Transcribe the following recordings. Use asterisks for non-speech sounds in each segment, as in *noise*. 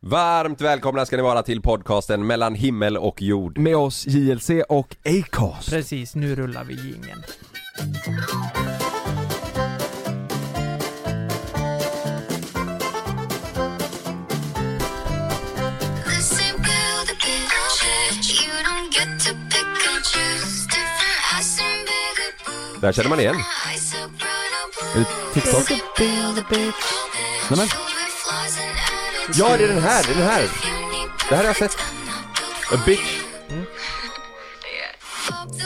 Varmt välkomna ska ni vara till podcasten mellan himmel och jord. Med oss JLC och Acast. Precis, nu rullar vi jingeln. Listen, girl, the big church. You don't get to pick and choose. Different ass and bigger boobs. Där känner man igen. Eyes so bright, I'll Är det TikTok? blow Nämen. it. Shoulder flaws and attitude. Ja, det är den här, det är den här. If you need Det här har jag sett. A bitch.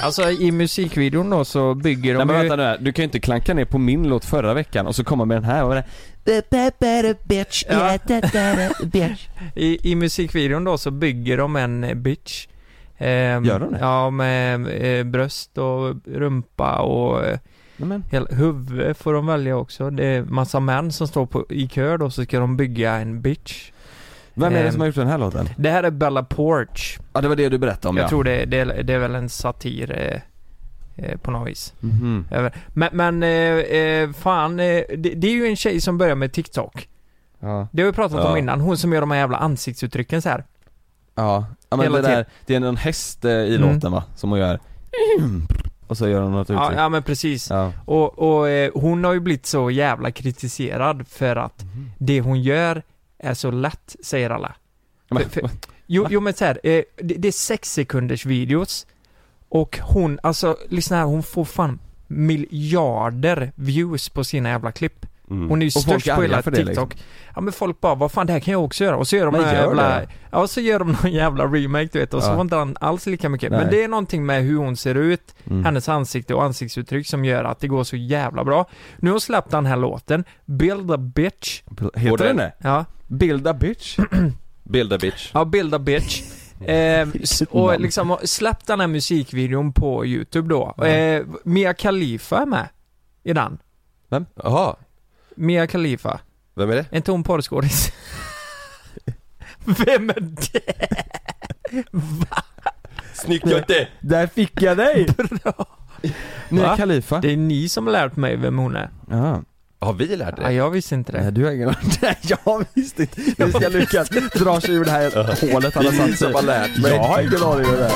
Alltså i musikvideon då så bygger Nej de men ju... vänta nu här. du kan ju inte klanka ner på min låt förra veckan och så komma med den här och bara, bitch. Yeah, da, da, da, bitch. I, I musikvideon då så bygger de en eh, bitch. Ehm, Gör de det? Ja, med eh, bröst och rumpa och eh, Nej, men. hela, huvud får de välja också. Det är massa män som står på, i kö då så ska de bygga en bitch. Vem är det Ehm. som har gjort den här låten? Det här är Bella Porch. Ja det var det du berättade om Jag ja. tror det, det, är- det är väl en satir eh, eh, på något vis. Mhm. Över. Men, men eh, eh, fan, eh, det, det är ju en tjej som börjar med TikTok. Ja. Det har vi pratat Ja. om innan, hon som gör de här jävla ansiktsuttrycken så här. Ja, ja men Hela det där, det är någon häst eh, i Mm. låten va? Som hon gör *clears throat* Och så gör hon något Ja, uttryck ja men precis. Typ, Ja. Och, och eh, hon har ju blivit så jävla kritiserad för att Mhm. det hon gör är så lätt, säger alla. Men- För, *laughs* för, jo, jo men så här, eh, det, det är sex sekunders videos och hon, alltså lyssna här, hon får fan miljarder views på sina jävla klipp. Mm. Hon är ju Och folk störst är på arga hela för det, liksom. TikTok. Ja men folk bara, vad fan det här kan jag också göra. Och så gör de Men någon gör jävla, det. ja så gör de någon jävla remake du vet och så Ja. var inte han alls lika mycket. Nej. Men det är någonting med hur hon ser ut, Mm. hennes ansikte och ansiktsuttryck som gör att det går så jävla bra. Nu har hon släppt den här låten, Build a bitch. Och Heter den- den det? Ja, Build a bitch? Build a bitch. ja Build *laughs* a bitch. Eh, s- och namn. liksom har släppt den här musikvideon på youtube då. Eh, Mia Khalifa är med i den. Jaha, Mia Khalifa. vem är det? Är inte hon porrskådis? Vem är det? Snyggt Jonte! Där fick jag *laughs* dig! Nya Va? Khalifa Det är ni som har lärt mig vem hon är. Ja. Har vi lärt Ja, dig? jag visste inte Nej det. du har ingen *laughs* Nej *laughs* jag visste inte, nu ska Lukas dra sig ur det *laughs* här hålet han har satt sig som har lärt mig. Jag har ingen aning om det här.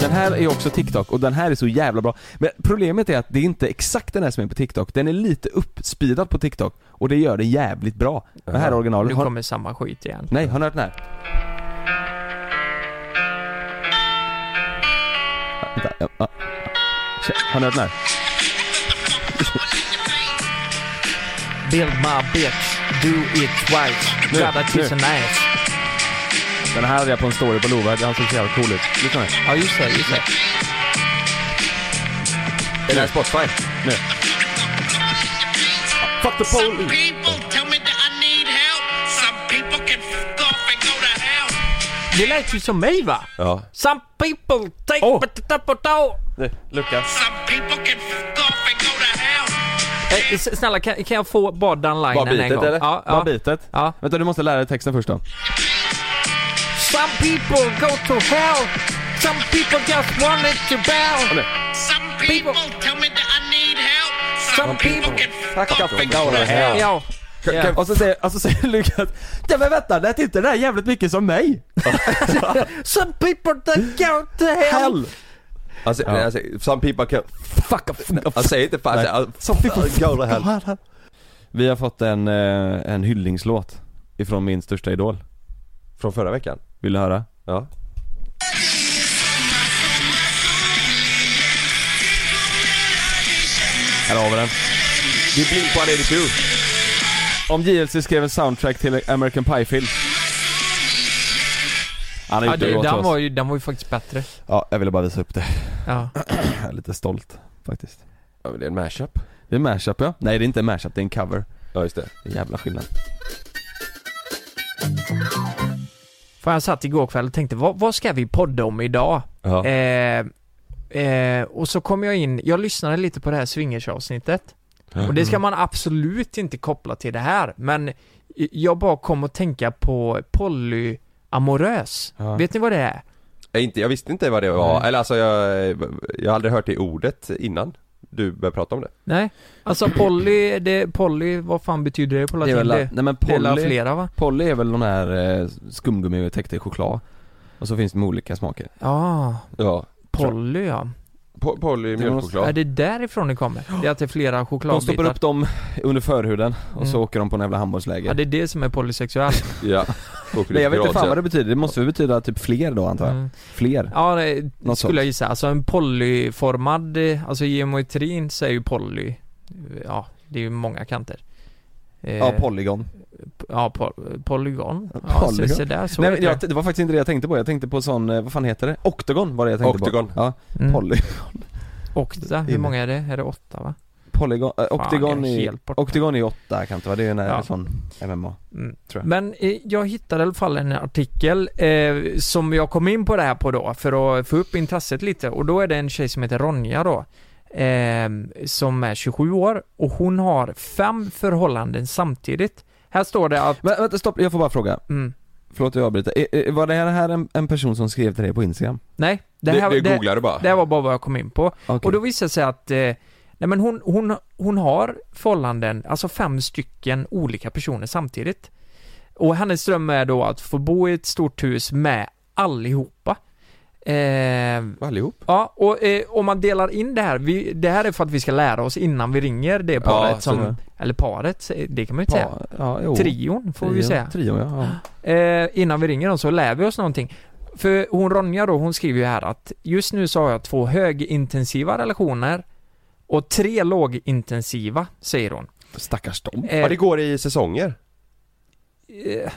Den här är också TikTok och den här är så jävla bra. Men problemet är att det är inte exakt den här som är på TikTok. Den är lite uppspeedad på TikTok och det gör det jävligt bra. Den här är Nu originalet. Har... kommer samma skit igen. Nej, har ni hört den här? Vänta, ja, ja. Tja, Har ni hört den här? Build my bitch, do it twice, Nu, gotta kiss nu. an ass. Den här hade jag på en story på Lovärd, han såg så jävla cool ut. Lyssna nu. Ja just det, just det. Är det här Spotify? Fuck the Some police! people tell me that I need help. Some people can f off and go to hell. Det lät ju som mig va? Ja. Some people take Åh! oh. Lukas. Some people can f off and go to hell. eh, s- Snälla kan, kan jag få bara den linen Bara en bitet, gång? eller? Ja, Bara ja. bitet? Ja. Vänta du måste lära dig texten först då. Some people go to hell, some people just wanted to bow. Some people tell me that I need help. Some, Some people, people can f off and go to hell. Ja. Ja. Ja. Och så säger, och så säger *laughs* Lukas Nej men vänta, lät inte det där jävligt mycket *laughs* som mig? Some people that go to hell. Hell! Alltså, nej, alltså, some people can... Fuck off! Han säger inte fan Nej. alltså, Some people go to hell. Vi har fått en, eh, en hyllningslåt ifrån min största idol. Från förra veckan? Vill du höra? Ja. Här har vi den. Det är Blink-182. Om JLC skrev en soundtrack till en American Pie-film. Han har Ja, gjort det du, åt den, oss. var ju, den var ju faktiskt bättre. Ja, jag ville bara visa upp det. Ja. Jag är lite stolt faktiskt. Ja men det är en mashup. Det är en mashup ja. Nej det är inte en mashup, det är en cover. Ja just det. Det är jävla skillnad. För jag satt igår kväll och tänkte, vad, vad ska vi podda om idag? Ja. Eh, eh, och så kom jag in, jag lyssnade lite på det här swingersavsnittet. Och det ska Mm. man absolut inte koppla till det här, men i- jag bara kom att tänka på polyamorös. Ja. Vet ni vad det är? Jag, inte, jag visste inte vad det var, eller alltså jag, jag har aldrig hört det ordet innan. du började prata om det. Nej. Alltså Polly, det, Polly, vad fan betyder det på Det är väl, latin? Det la- är, nej men det är la Polly, flera va? Polly är väl de här eh, skumgummi och täckta i choklad. Och så finns det med olika smaker. Ja, Ja. Polly ja. Po- Polly Det Är mjölkchoklad. det därifrån det kommer? Det är att det är flera De stoppar chokladbitar? upp dem under förhuden och så Mm. åker de på en jävla handbollsläger. Ja, det är det som är polysexuell. Ja. Åker Nej jag vet inte fan vad Kroatien. det betyder, det måste väl betyda typ fler då antar jag? Mm. Fler? Ja, det Något skulle jag gissa. Alltså en polyformad, eh, alltså geometrin säger ju poly. Ja, det är ju många kanter. Eh, Ja, polygon. ja po- polygon. Ja, Polygon. Så, så där, så Nej, vet men jag, det var faktiskt inte det jag tänkte på, jag tänkte på sån, eh, vad fan heter det? Oktagon var det jag tänkte Oktagon. på. Ja, Mm. poly, Okta, hur många är det? Är det åtta va? polygon, äh, Fan, oktagon jag är i, helt borta. oktagon i åtta kan inte vara, det är ju när Ja. sån MMA. Mm. tror jag. Men eh, jag hittade i alla fall en artikel eh, som jag kom in på det här på då för att få upp intresset lite och då är det en tjej som heter Ronja då eh, som är 27 år och hon har fem förhållanden samtidigt. Här står det att... Men vänta, stopp, jag får bara fråga. Mm, Förlåt att jag avbryter. Eh, eh, Var det här en, en person som skrev till dig på Instagram? nej, det Det, här, det, det, googlar du bara. det här var bara vad jag kom in på. Okej. Och då visade det sig att eh, nej men hon, hon, hon har förhållanden, alltså fem stycken olika personer samtidigt. Och hennes dröm är då att få bo i ett stort hus med allihopa. Eh, Allihop. ja, och eh, om man delar in det här, vi, det här är för att vi ska lära oss innan vi ringer det paret Ja, så som, det. eller paret, det kan man ju inte säga. Pa- ja, jo. Trion får vi Trion- säga Trion ja. ja. eh, innan vi ringer dem så lär vi oss någonting. För hon Ronja då, hon skriver ju här att just nu så har jag två högintensiva relationer och tre lågintensiva, säger hon. Stackars dem. Eh, Ja, det går i säsonger. eh,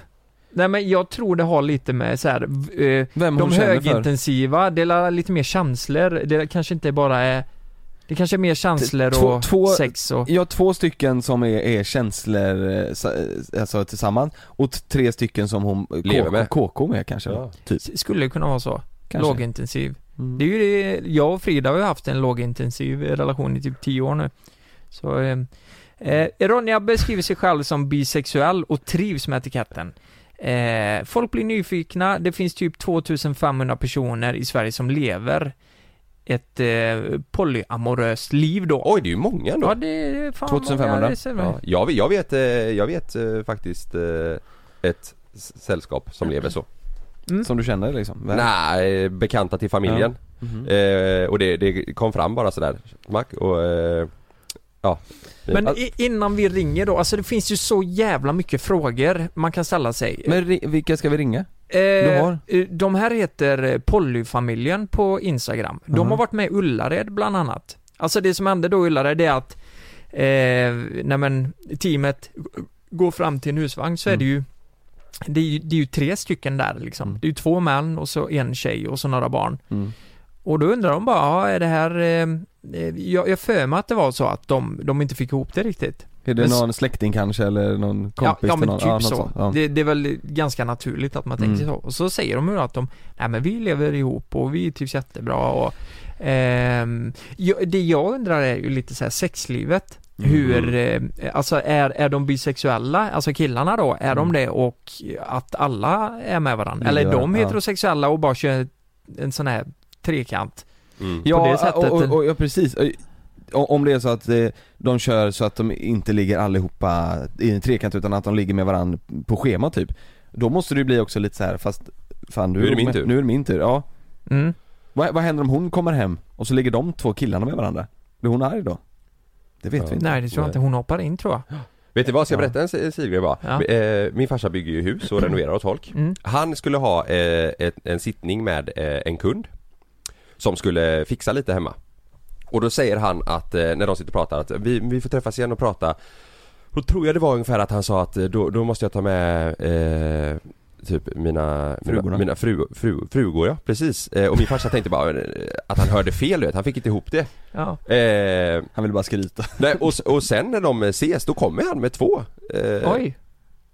nej men jag tror det har lite med så här, eh, Vem hon de känner för? högintensiva, det är lite mer känslor, det kanske inte bara är det kanske är mer känslor T- två- och två- sex och... Ja, två stycken som är, är känslor, eh, sa- eh, alltså tillsammans och t- tre stycken som hon eh, Lever K- med. KK med kanske då? Typ, Skulle kunna vara så. kanske. Lågintensiv. Mm. Det är ju det, jag och Frida har ju haft en lågintensiv relation i typ 10 år nu. Så, eh, eh, Ronja beskriver sig själv som bisexuell och trivs med etiketten. Eh, folk blir nyfikna, det finns typ 2500 personer i Sverige som lever ett eh, polyamoröst liv då. Oj, det är ju många ändå. Ja, det är fan 2500. många, det ser man. Ja, jag, vet- jag vet, eh, jag vet eh, faktiskt eh, ett s- sällskap som lever så. Som du känner liksom? Väl? Nej, eh, bekanta till familjen. Mhm. Eh, och det, det kom fram bara sådär, smack och eh, ja. Men Att- i, innan vi ringer då, alltså det finns ju så jävla mycket frågor man kan ställa sig. Men ri- vilka ska vi ringa? Eh, har? eh, De här heter eh, Pollyfamiljen på Instagram. De Mhm. har varit med i Ullared bland annat. Alltså det som hände då i Ullared är att eh, när men teamet går fram till en husvagn så är Mm. det ju det är, ju, det är ju tre stycken där liksom. Mm. Det är ju två män och så en tjej och så några barn. Mm. Och då undrar de bara, ja, är det här... Eh, eh, jag jag för mig att det var så att de, de inte fick ihop det riktigt. Är det Men s- någon släkting kanske eller någon Ja, kompis ja till men någon? typ något så. sånt. Ja. Det, det är väl ganska naturligt att man tänker Mm. så. Och så säger de ju att de, nej men vi lever ihop och vi trivs jättebra och ehm, ja, Det jag undrar är ju lite så här sexlivet. Mm. Hur, eh, alltså är, är de bisexuella, alltså killarna då, är de Mm. det och att alla är med varandra? Ligger Eller är de varandra, ja. heterosexuella och bara kör en sån här trekant? mm. Ja, det sättet. Och, och, och, ja precis. Eh, o- Om det är så att eh, de kör så att de inte ligger allihopa i en trekant utan att de ligger med varandra på schema typ. Då måste det ju bli också lite så här fast fan du Nu är det min tur. Nu är det min tur, ja. Mm. Vad, vad händer om hon kommer hem och så ligger de två killarna med varandra? Blir hon arg då? Det vet Ja. vi inte. Nej det tror jag Nej. inte, hon hoppar in tror jag. Vet du vad, ska jag berätta en si- sidogrej bara? Ja. Eh, Min farsa bygger ju hus och renoverar åt folk. Mm. Han skulle ha eh, ett, en sittning med eh, en kund Som skulle fixa lite hemma Och då säger han att, eh, när de sitter och pratar, att vi, vi får träffas igen och prata Då tror jag det var ungefär att han sa att eh, då, då måste jag ta med eh, Typ mina, mina, Frugorna. mina fru, fru, frugor ja, precis. Eh, och min farsa tänkte bara eh, att han hörde fel du vet, han fick inte ihop det. Ja. Eh, Han vill bara skryta. nej, och, s- och sen när de ses, då kommer han med två. Eh, Oj,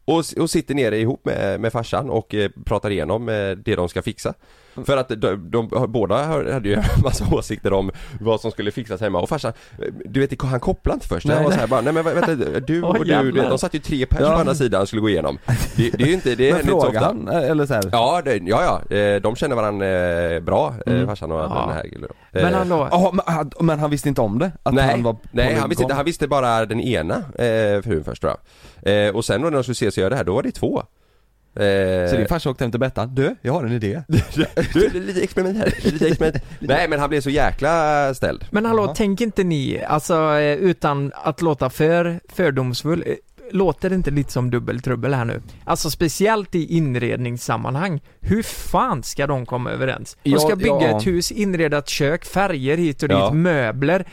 och, och sitter nere ihop med, med farsan och eh, pratar igenom eh, det de ska fixa. Mm. För att de, de, båda hade ju *laughs* en massa åsikter om vad som skulle fixas hemma och farsan, eh, du vet han kopplade inte först. han Nej, var nej. så här bara, nej men vänta, *laughs* du Åh, och du, du, jävlar. vet, de satt ju tre pers på Ja. andra sidan och skulle gå *laughs* igenom. Det, det är ju inte, det är Men inte så fråga ofta. han, eh, eller så här. Ja, det, ja, ja, eh, de känner varandra bra, mm. Mm. farsan och Ja. den här killen då. Eh, Men hallå, Ja, men, han, men han visste inte om det? Att nej, han var nej han polygon. visste inte, han visste bara den ena eh, frun först tror jag. Eh, och sen då när de skulle ses och göra det här, då var det två. Eh, Så din farsa åkte hem till Bettan, du, jag har en idé. du, det är lite experiment här, lite *laughs* experiment. Nej men han blev så jäkla ställd. men hallå, Jaha. tänk inte ni, alltså eh, utan att låta för fördomsfull, eh, låter det inte lite som dubbeltrubbel här nu? Alltså speciellt i inredningssammanhang, hur fan ska de komma överens? De Ja, ska bygga ja. ett hus, inreda ett kök, färger hit och dit, Ja. möbler.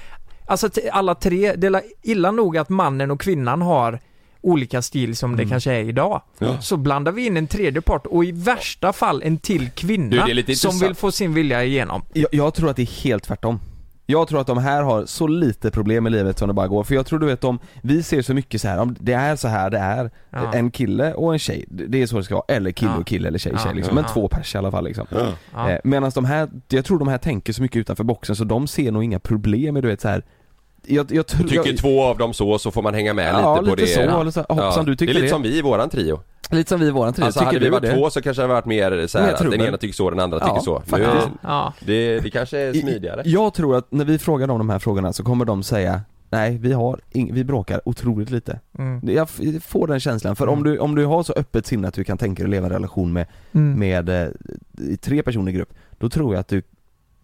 Alltså t- alla tre, det är la- illa nog att mannen och kvinnan har olika stil som Mm. det kanske är idag. Så blandar vi in en tredje part och i värsta fall en till Du, kvinna det är lite som intressant. vill få sin vilja igenom. Jag, jag tror att det är helt tvärtom. Jag tror att de här har så lite problem i livet som det bara går, för jag tror du vet om vi ser så mycket så här, om det är så här det är Ja. En kille och en tjej, det det är så det ska vara, eller kille Ja. och kille eller tjej Ja. tjej liksom, men Ja. två pers i alla fall liksom Ja. eh, Medan de här, jag tror de här tänker så mycket utanför boxen så de ser nog inga problem med du vet så här. Jag, jag tror... Tycker jag, två av dem så, så får man hänga med ja, lite på det. så, eller så, hoppsan du det är tyckte lite det. som vi i våran trio. lite som vi i våran tid, Alltså tycker hade vi du varit det? två så kanske det hade varit mer så Mer här, att den trubbel. ena tycker så, den andra Ja, tycker så. Nu, faktiskt. Ja. det, det kanske är I- smidigare. Jag tror att när vi frågar dem de här frågorna så kommer de säga Nej vi har ing- vi bråkar otroligt lite. Mm. Jag f- får den känslan, för om, du, om du har så öppet sinne att du kan tänka dig att leva i en relation med, Mm. med eh, i tre personer i grupp, då tror jag att du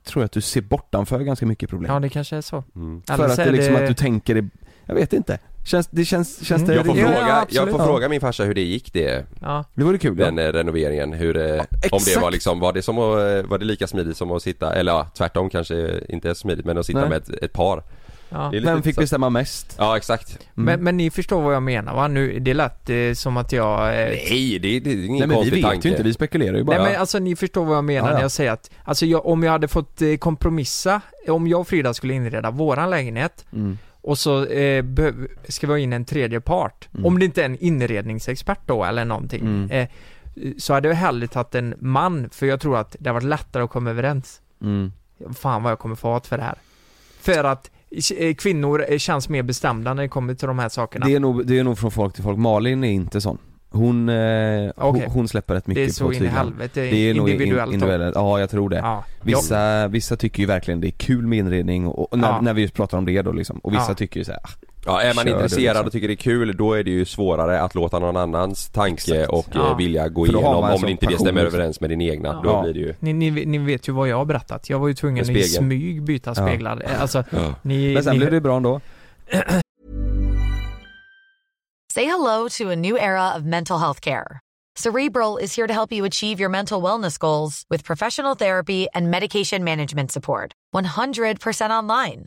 tror jag att du ser bortanför ganska mycket problem. Ja, det kanske är så. Mm. för Eller att så det är är liksom att du tänker dig, jag vet inte, känns, det känns, känns Mm. det Jag får, Ja, fråga, jag absolut. får Ja. fråga min farsa hur det gick det, ja. Det vore kul den ja. eh, renoveringen, hur det, om det exakt. var liksom, var det som att, eh, var det lika smidigt som att sitta, eller ja, tvärtom kanske inte är så smidigt men att sitta Nej. med ett, ett par. Ja. Det är lite Vem fick intressant. bestämma mest? Ja exakt. Mm. Men, men ni förstår vad jag menar va? Nu, det lät eh, som att jag... Eh, Nej det, det är ingen Nej men vi konstig vet tanke. ju inte, vi spekulerar ju bara. nej men alltså ni förstår vad jag menar Ja, ja. när jag säger att, alltså jag, om jag hade fått eh, kompromissa, om jag och Frida skulle inreda våran lägenhet Mm. och så eh, behöv- ska vi ha in en tredje part, Mm. om det inte är en inredningsexpert då eller någonting, Mm. eh, så hade jag hellre tagit en man, för jag tror att det har varit lättare att komma överens. Mm. fan vad jag kommer få hat för det här. För att eh, kvinnor eh, känns mer bestämda när det kommer till de här sakerna. Det är, nog, det är nog från folk till folk, Malin är inte sån Hon, eh, hon, Okej. hon släpper rätt Det mycket är så på in i tyglarna. helvete, Det är nog individuellt. in- individuellt, ja jag tror det Ja. Vissa, vissa tycker ju verkligen det är kul med inredning och, och när, Ja. när vi just pratar om det då liksom Och vissa Ja. tycker ju såhär, ah, Ja, är man Kör du intresserad liksom. och tycker det är kul då är det ju svårare att låta någon annans tanke Exakt. och Ja. ja. vilja gå För då har man igenom en om sån inte det passion stämmer liksom. överens med din egna. Ja. Då blir det ju... Ni, ni, ni vet ju vad jag har berättat. Jag var ju tvungen att i Spegeln. smyg byta Ja. speglar. Eh, Alltså, Ja. ni... men sen ni blev det bra ändå Say hello to a new era of mental health care. Cerebral is here to help you achieve your mental wellness goals with professional therapy and medication management support. 100% online.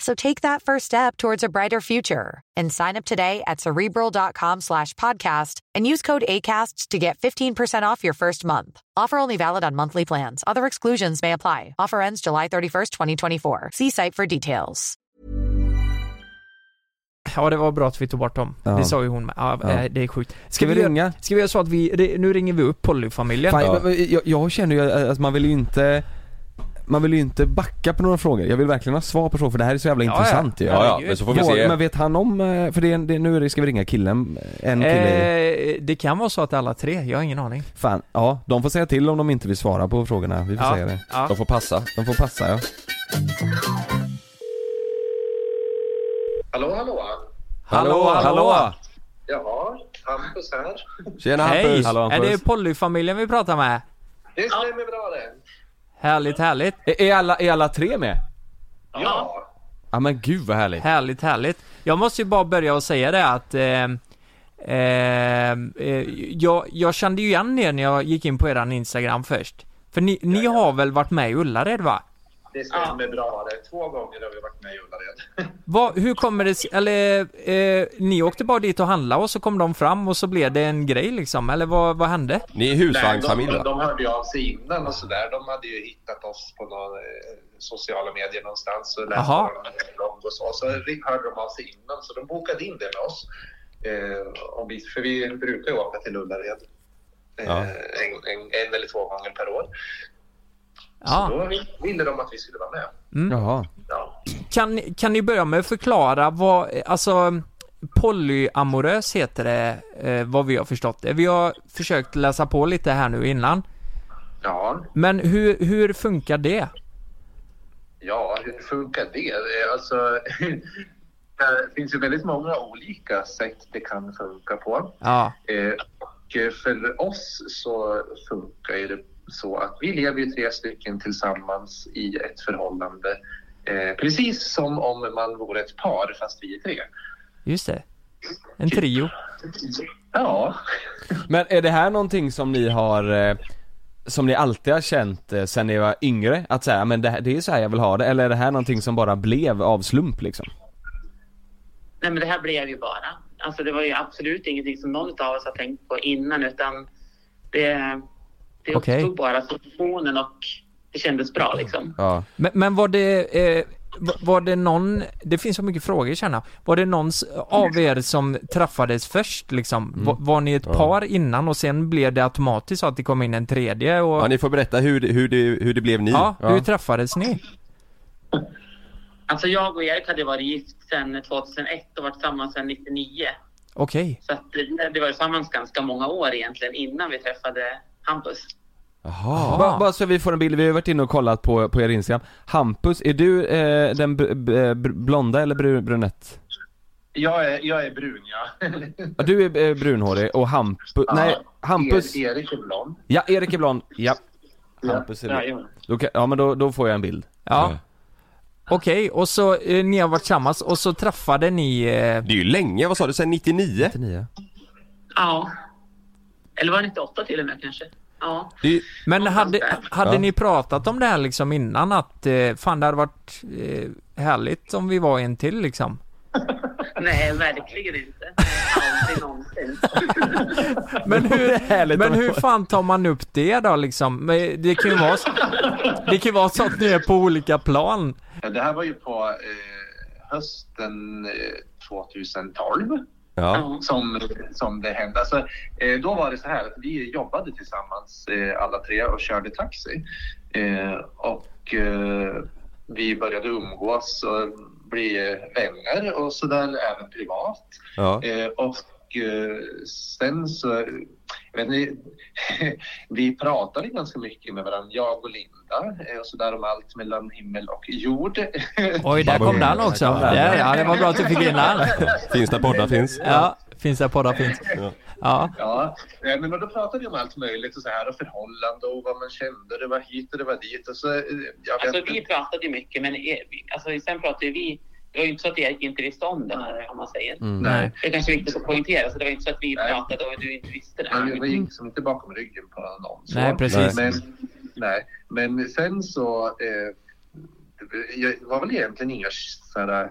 So take that first step towards a brighter future and sign up today at cerebral.com slash podcast and use code ACAST to get 15% off your first month. Offer only valid on monthly plans. Other exclusions may apply. Offer ends July 31st, 2024. See site for details. Ja, det var bra att vi tog bort dem. Ja. Det sa ju hon med. Ja, Ja. eh, Det är sjukt. Ska vi göra- ringa? Ska vi göra så att vi... det- Nu ringer vi upp Pollyfamiljen. Fan, Ja. men- men jag, jag känner ju att att man vill ju inte Man vill ju inte backa på några frågor, jag vill verkligen ha svar på frågor för det här är så jävla Ja, intressant ju Ja, ja, men så får vi Ja, se. Men vet han om, eh, för det är, en- det, är- nu är det- ska vi ringa killen, en kille i- Eh, det kan vara så att alla tre, jag har ingen aning. Fan, ja de får säga till om de inte vill svara på frågorna, vi får Ja. säga det Ja. De får passa. De får passa ja Hallå, hallå! Hallå, hallå. Ja, Hampus här. Tjena Hej! Hampus! Hallå, är Hampus. det Pollyfamiljen vi pratar med? Det stämmer bra det. Härligt, härligt. Är, är, alla, är alla tre med? Ja. Ja men gud vad härligt Härligt, härligt. Jag måste ju bara börja och säga det att eh, eh, eh, jag, jag kände ju igen er när jag gick in på eran Instagram först. För ni, ni har väl varit med i Ullared va? det stämmer bra det. Två gånger har vi varit med i Ullared. Vad- hur kommer det sig- eller eh, ni åkte bara dit och handlade och så kom de fram och så blev det en grej liksom, eller vad, vad hände? Ni är de, husvagnsfamilj de, va? de hörde ju av sig innan och sådär. De hade ju hittat oss på några eh, sociala medier någonstans och läst Jaha. vår blogg och så. Så ring- hörde de av sig innan så de bokade in det med oss. Eh, om vi, för vi brukar ju åka till Ullared eh, Ja. en, en, en eller två gånger per år. Så Ah. Ja. då ville de att vi skulle vara med. Jaha. Ja. Kan, ni- kan ni börja med att förklara vad, alltså polyamorös heter det, eh, vad vi har förstått det. Vi har försökt läsa på lite här nu innan. ja. Men hur, hur funkar det? Ja, hur funkar det? Eh, Alltså, *laughs* det finns ju väldigt många olika sätt det kan funka på. Ja, Eh, Och eh, för oss så funkar ju det så att vi lever ju tre stycken tillsammans i ett förhållande. Eh, precis som om man vore ett par fast vi är tre. just det. En trio. Ja, Men är det här någonting som ni har, eh, som ni alltid har känt eh, sen ni var yngre? Att säga, men det, här- det är så här jag vill ha det, eller är det här någonting som bara blev av slump liksom? Nej, men det här blev ju bara. Alltså, det var ju absolut ingenting som någon av oss har tänkt på innan utan det, det Okej. uppstod bara situationen och det kändes bra liksom. Ja. Men, men var det, eh, var- var det någon, det finns så mycket frågor känner jag. Var det någon s- av er som träffades först liksom? Var, var ni ett par innan och sen blev det automatiskt så att det kom in en tredje och... Ja ni får berätta hur, det- hur, det, hur det blev ni. Ja, hur Ja. träffades ni? Alltså jag och Erik hade varit gift sedan 2001 och varit tillsammans sedan 99. Okej. Så att det, det var ju tillsammans ganska många år egentligen innan vi träffade Hampus. Ah. Jaha. Bara, bara så vi får en bild, vi har ju varit inne och kollat på, på er Instagram. Hampus, är du eh, den br- br- br- blonda eller br- brunett? jag är, jag är brun ja. *laughs* Ja, Du är eh, brunhårig och Hampus, nej Hampus, Ah. Er, Erik är blond. ja Erik är blond, ja. Hampus är blond. Jajamän. Då kan- Ja men då, då får jag en bild. Ja. Okej, och så eh, ni har varit tillsammans och så träffade ni... Eh, Det är ju länge, vad sa du? Sen 99? Ja. Eller var det 98 till och med kanske? Ja. Det är ju, men hade, Någonstans hade Ja. ni pratat om det här liksom innan att eh, fan det hade varit eh, härligt om vi var en till liksom? Nej, verkligen inte. Aldrig någonsin. Men hur, härligt men om- hur fan tar man upp det då liksom? Men Det kan ju vara så, det kan ju vara så att ni är på olika plan. Ja, Det här var ju på eh, hösten eh, 2012. ja. Ja. som, som det hände. Alltså, eh, då var det så här att vi jobbade tillsammans eh, alla tre och körde taxi. Eh, och eh, vi började umgås och bli eh, vänner och sådär även privat. ja. Eh, och eh, sen så, jag vet ni, *laughs* vi pratade ganska mycket med varandra, jag och Linda eh, och sådär om allt mellan himmel och jord. Oj, *laughs* där kom den också. Ja, ja, det var bra att du fick in den. Finns där poddar finns. Ja, finns där poddar finns. Ja, Ja, eh, men då pratade vi om allt möjligt och så här och förhållande och vad man kände, det var hit och det var dit och så... eh, Jag vet Alltså inte. vi pratade ju mycket, men eh, vi- alltså, sen pratade ju vi... Det var ju inte så att Erik inte visste om det här, om man säger. Mm. nej. Det är kanske är viktigt att poängtera, så det var inte så att vi Nej. pratade och du inte visste det. Men vi gick som liksom inte bakom ryggen på någon. Så. Nej, precis. Men, nej. men sen så... Eh, det var väl egentligen inga så här, eh,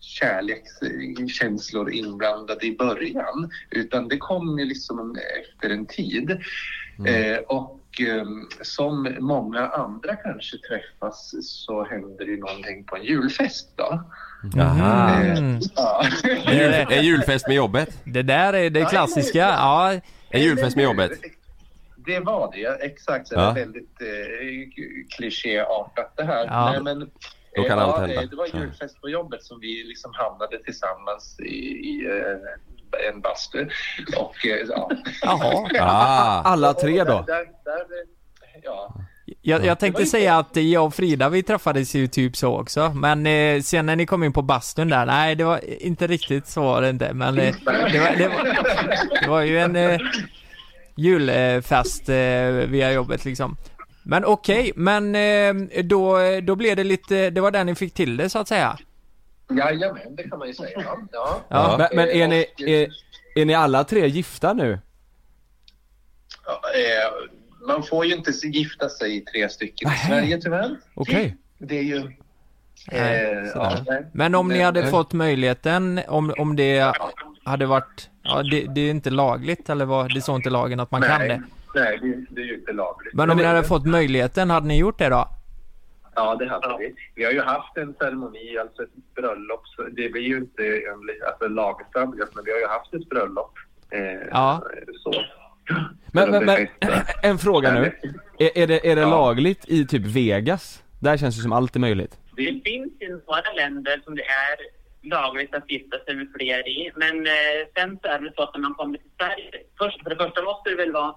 kärlekskänslor inblandade i början. Utan det kom ju liksom en- efter en tid. Mm. Eh, och eh, som många andra kanske träffas så händer det ju någonting på en julfest då. Eh, Aha. Mm. Ja. En, jul, en julfest med jobbet. Det där är det klassiska. Ja, En julfest med jobbet. eh, Det var det, ja, exakt. Det Ja. var väldigt eh, klichéartat det här. Ja. Nej, men, Då eh, kan ja, allt hända. eh, Det var julfest på jobbet som vi liksom hamnade tillsammans i, i eh, en bastu. Och, eh, ja. jaha. Ah. Alla tre då? Och Där, där, där, ja. Jag, jag tänkte säga att jag och Frida vi träffades ju typ så också, men eh, sen när ni kom in på bastun där, nej det var inte riktigt så var det inte, men eh, det, var, det, var, det var ju en eh, julfest eh, via jobbet liksom. Men okej, men eh, då, då blev det lite, det var där ni fick till det så att säga? Jajamän, det kan man ju säga. Ja. Eh, Ja. Ja. Men, men är, ni, Och, är, är ni alla tre gifta nu? ja, eh, man får ju inte gifta sig i tre stycken i Sverige tyvärr. Okej. det är ju... Nej, eh, sådär. ja, nej. Men om ni Det- hade fått möjligheten, om, om det hade varit, ja det, det är inte lagligt eller vad, det står inte i lagen att man nej, kan det. Nej, det, det är ju inte lagligt. Men om ni det, hade fått möjligheten, hade ni gjort det då? Ja, det hade vi. Vi har ju haft en ceremoni, alltså ett bröllop. så Det blir ju inte enligt alltså, lagstadgat, men vi har ju haft ett bröllop. Eh, Ja. Så. Men, men, men *laughs* en fråga nu. Nej, Är, är det, är det Ja. lagligt i typ Vegas? Där känns det som allt är möjligt. Det- Det finns ju några länder som det är lagligt att gifta sig med fler i. Men eh, sen så är det så att när man kommer till Sverige, först, för det första måste det väl vara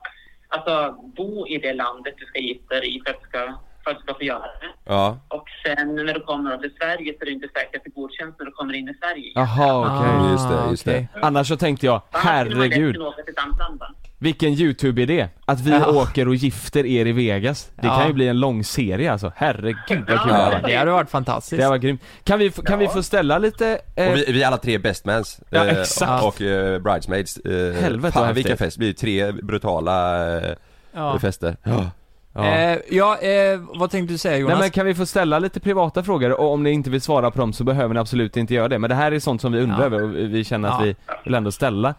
alltså, bo i det landet du ska gifta dig i för att du ska, för att du ska få göra det. Ja, Och sen när du kommer till Sverige så är det inte säkert att det godkänns när du kommer in i Sverige. Jaha, okej. Ah, just det, just det. okej. Annars så tänkte jag, Annars skulle man lätt herregud, kunna åka till ett annat land, va? vilken YouTube-idé! Att vi Ja. åker och gifter er i Vegas. Det Ja. kan ju bli en lång serie alltså. Herregud vad kul det Ja. hade varit. Det hade varit fantastiskt. Det hade varit grymt. Kan vi, få- kan vi få ställa lite... eh, och vi, vi är alla tre bestmans Ja, exakt. Och, och eh, bridesmaids eh, Helvete, vad Fan häftigt. vilken fest, det blir ju tre brutala eh, Ja. fester Ja, ja. Eh, ja, eh, vad tänkte du säga Jonas? Nej men kan vi få ställa lite privata frågor och om ni inte vill svara på dem så behöver ni absolut inte göra det. Men det här är sånt som vi undrar Ja. över och vi känner att Ja. vi vill ändå ställa.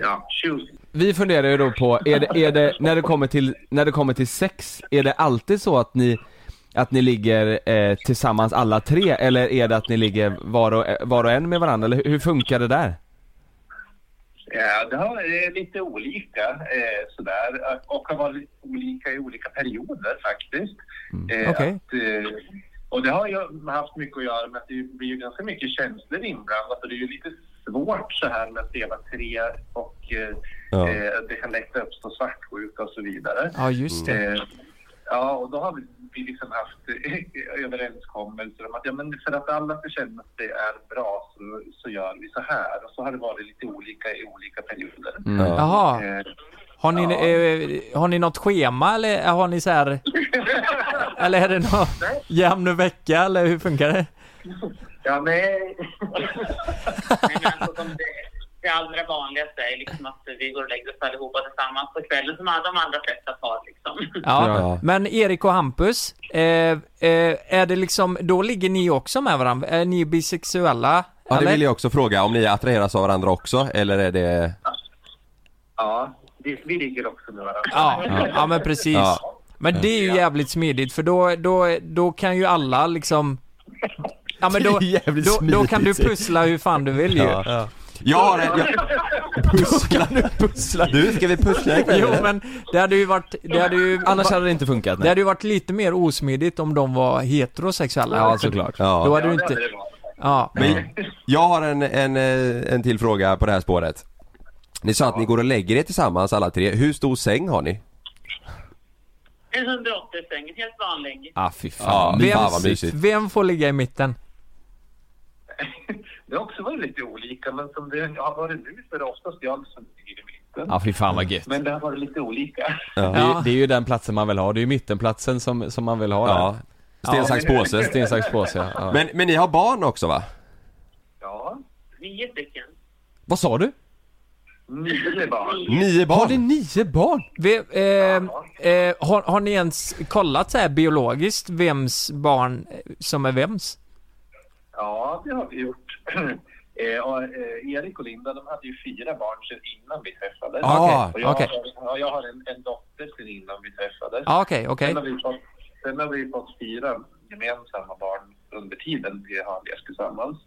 Ja, shoot. Vi funderar ju då på, är det, är det, när, det kommer till, när det kommer till sex, är det alltid så att ni, att ni ligger eh, tillsammans alla tre eller är det att ni ligger var och, var och en med varandra? Eller hur- hur funkar det där? Ja, det har det är lite olika eh, sådär och har varit olika i olika perioder faktiskt. Eh, Okej. att, eh, och det har ju haft mycket att göra med att det blir ju ganska mycket känslor inblandat och det är ju lite svårt så här med att leva tre och eh, Ja. eh, det kan lätt uppstå svartsjuka och så vidare. Ja, just det. Eh, ja, och då har vi, vi liksom haft eh, överenskommelser om att ja, men för att alla ska känna att det är bra så, så gör vi så här. Och så har det varit lite olika i olika perioder. Mm. ja. Jaha, Eh, har ni, Ja. eh, har ni något schema eller har ni så här... eller är det någon jämn vecka eller hur funkar det? *laughs* ja, nej. Nej, men alltså, som det, det allra vanligaste är liksom att vi går och lägger oss allihopa tillsammans på kvällen som alla de andra flesta par. Liksom. Ja. Ja. Men Erik och Hampus, eh, eh, är det liksom, då ligger ni också med varandra? Är ni bisexuella? ja det eller? vill jag också fråga, om ni attraheras av varandra också eller är det ja, vi, vi ligger också med varandra. Ja, ja men precis. Ja. Men det är ju jävligt smidigt för då, då, då kan ju alla liksom Ja men då, Det är jävligt då, då kan du smidigt. pussla hur fan du vill ju. Jag har en, jag... Pussla nu, pussla Du, ska vi pussla ikväll? *laughs* Jo men det hade ju varit, det hade ju, Annars hade det inte funkat. det Nej. hade ju varit lite mer osmidigt om de var heterosexuella. Ja, För såklart. Ja. Då hade du det hade inte, det varit. ja. Men jag har en, en, eh, en till fråga på det här spåret. Ni sa att ni går och lägger er tillsammans alla tre. Hur stor säng har ni? En 180 säng, helt vanlig. Ah, fy fan. Ja, Vem, fan vad mysigt. vem får ligga i mitten? Det har också varit lite olika, men som det har varit nu så är det oftast jag som ligger i mitten. Ja, Ah, fy fan vad gött. Men det har varit lite olika. Det, är ju- det är ju den platsen man vill ha. Det är ju mittenplatsen som, som man vill ha Ja. där. Sten, sax, påse. Sten, sax, påse. ja. Ja. Men, men ni har barn också va? Ja, Nio stycken. Vad sa du? nio barn. Nio Har ni barn? nio barn? Vi, eh, eh, har, har ni ens kollat så här biologiskt vems barn som är vems? Ja, det har vi gjort. *clears throat* Eh, och, eh, Erik och Linda de hade ju fyra barn sedan innan vi träffades. Ah, och jag, okej. har, ja, jag har en, en dotter sedan innan vi träffades. Ja, okej, okej. Sen, har vi fått, sen har vi fått fyra gemensamma barn under tiden vi har levt tillsammans.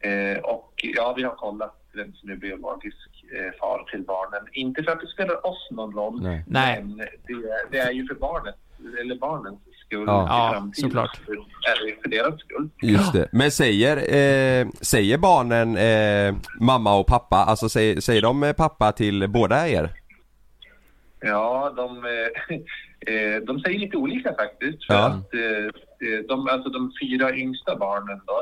Eh, och ja, vi har kollat vem som är biologisk eh, far till barnen. Inte för att det spelar oss någon roll, Nej. Nej. men det, det är ju för barnet, eller barnens skull Ja. i Ja, framtiden. såklart. Är det ju för deras skull. Just det. Men säger, eh, säger barnen eh, mamma och pappa, alltså säger, säger de eh, pappa till båda er? Ja, de, eh, *laughs* eh, de säger lite olika faktiskt. För Ja. att, eh, eh, de, alltså de fyra yngsta barnen då,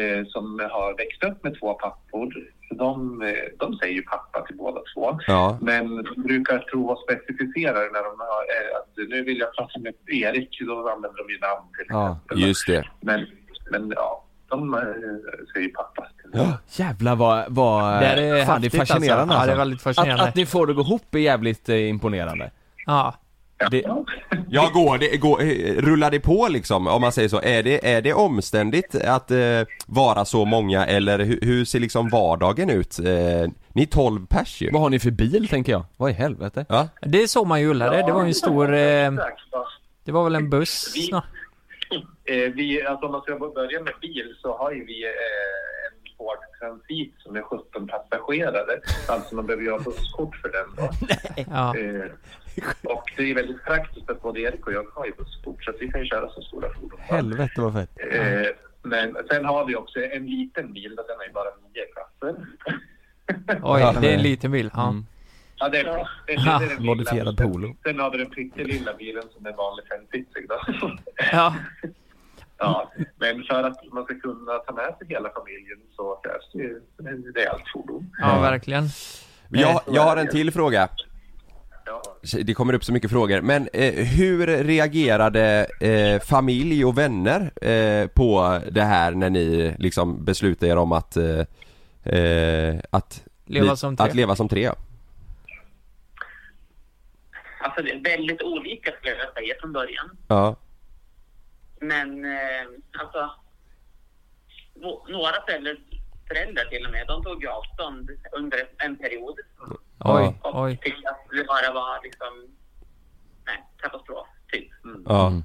eh, som har växt upp med två pappor, så de, eh, de säger ju pappa till båda två. Ja. Men de brukar tro att specificera det när de har, eh, att nu vill jag prata med Erik, då använder de ju namn till Ja, exempel. Just det. Men, men ja, de eh, säger pappa. Till Jävlar vad, vad... Det här är fan, det är häftigt, fascinerande alltså. Ja, det är väldigt fascinerande. Att, att ni får det gå ihop är jävligt eh, imponerande. Ja. Det, Ja, går det, går, eh, rullar det på liksom? Om man säger så, är det, är det omständigt att eh, vara så många eller hur, hur ser liksom vardagen ut? Eh, ni är 12 pers ju. vad har ni för bil tänker jag? Vad i helvete? Ja? Det är så man gillar det. Det var ju en stor... Eh, Exakt. det var väl en buss Vi- snart. Eh, vi, alltså om man ska börja med bil så har ju vi eh, en Ford Transit som är 17 passagerare. Alltså man behöver ju ha busskort för den. *laughs* Då. Ja. Eh, och det är väldigt praktiskt att både Erik och jag har ju busskort så att vi kan ju köra så stora fordon. va? Helvete vad fett. Eh, men sen har vi också en liten bil, den har ju bara nio klasser. Oj, det är en liten bil. Ja. ja, det är, det, det, det Ha, är den lilla modifierad bilen. Polo. Sen har vi den pyttelilla bilen som är vanlig femsitsig då. *laughs* ja. ja, men för att man ska kunna ta med sig hela familjen så krävs det ju ett rejält fordon. Ja, verkligen. Jag, jag har en till fråga. Ja. Det kommer upp så mycket frågor, men eh, hur reagerade eh, familj och vänner eh, på det här när ni liksom beslutade er om att eh, eh, att Leva som tre. Att leva som tre. ja. Alltså det är väldigt olika skulle jag säga från början. Ja. Men eh, alltså, nå- några föräldrar, föräldrar till och med, de tog ju avstånd under en period. Oj, Och oj. tyckte att det bara var liksom, nej, katastrof, typ. Ja. Mm. Mm.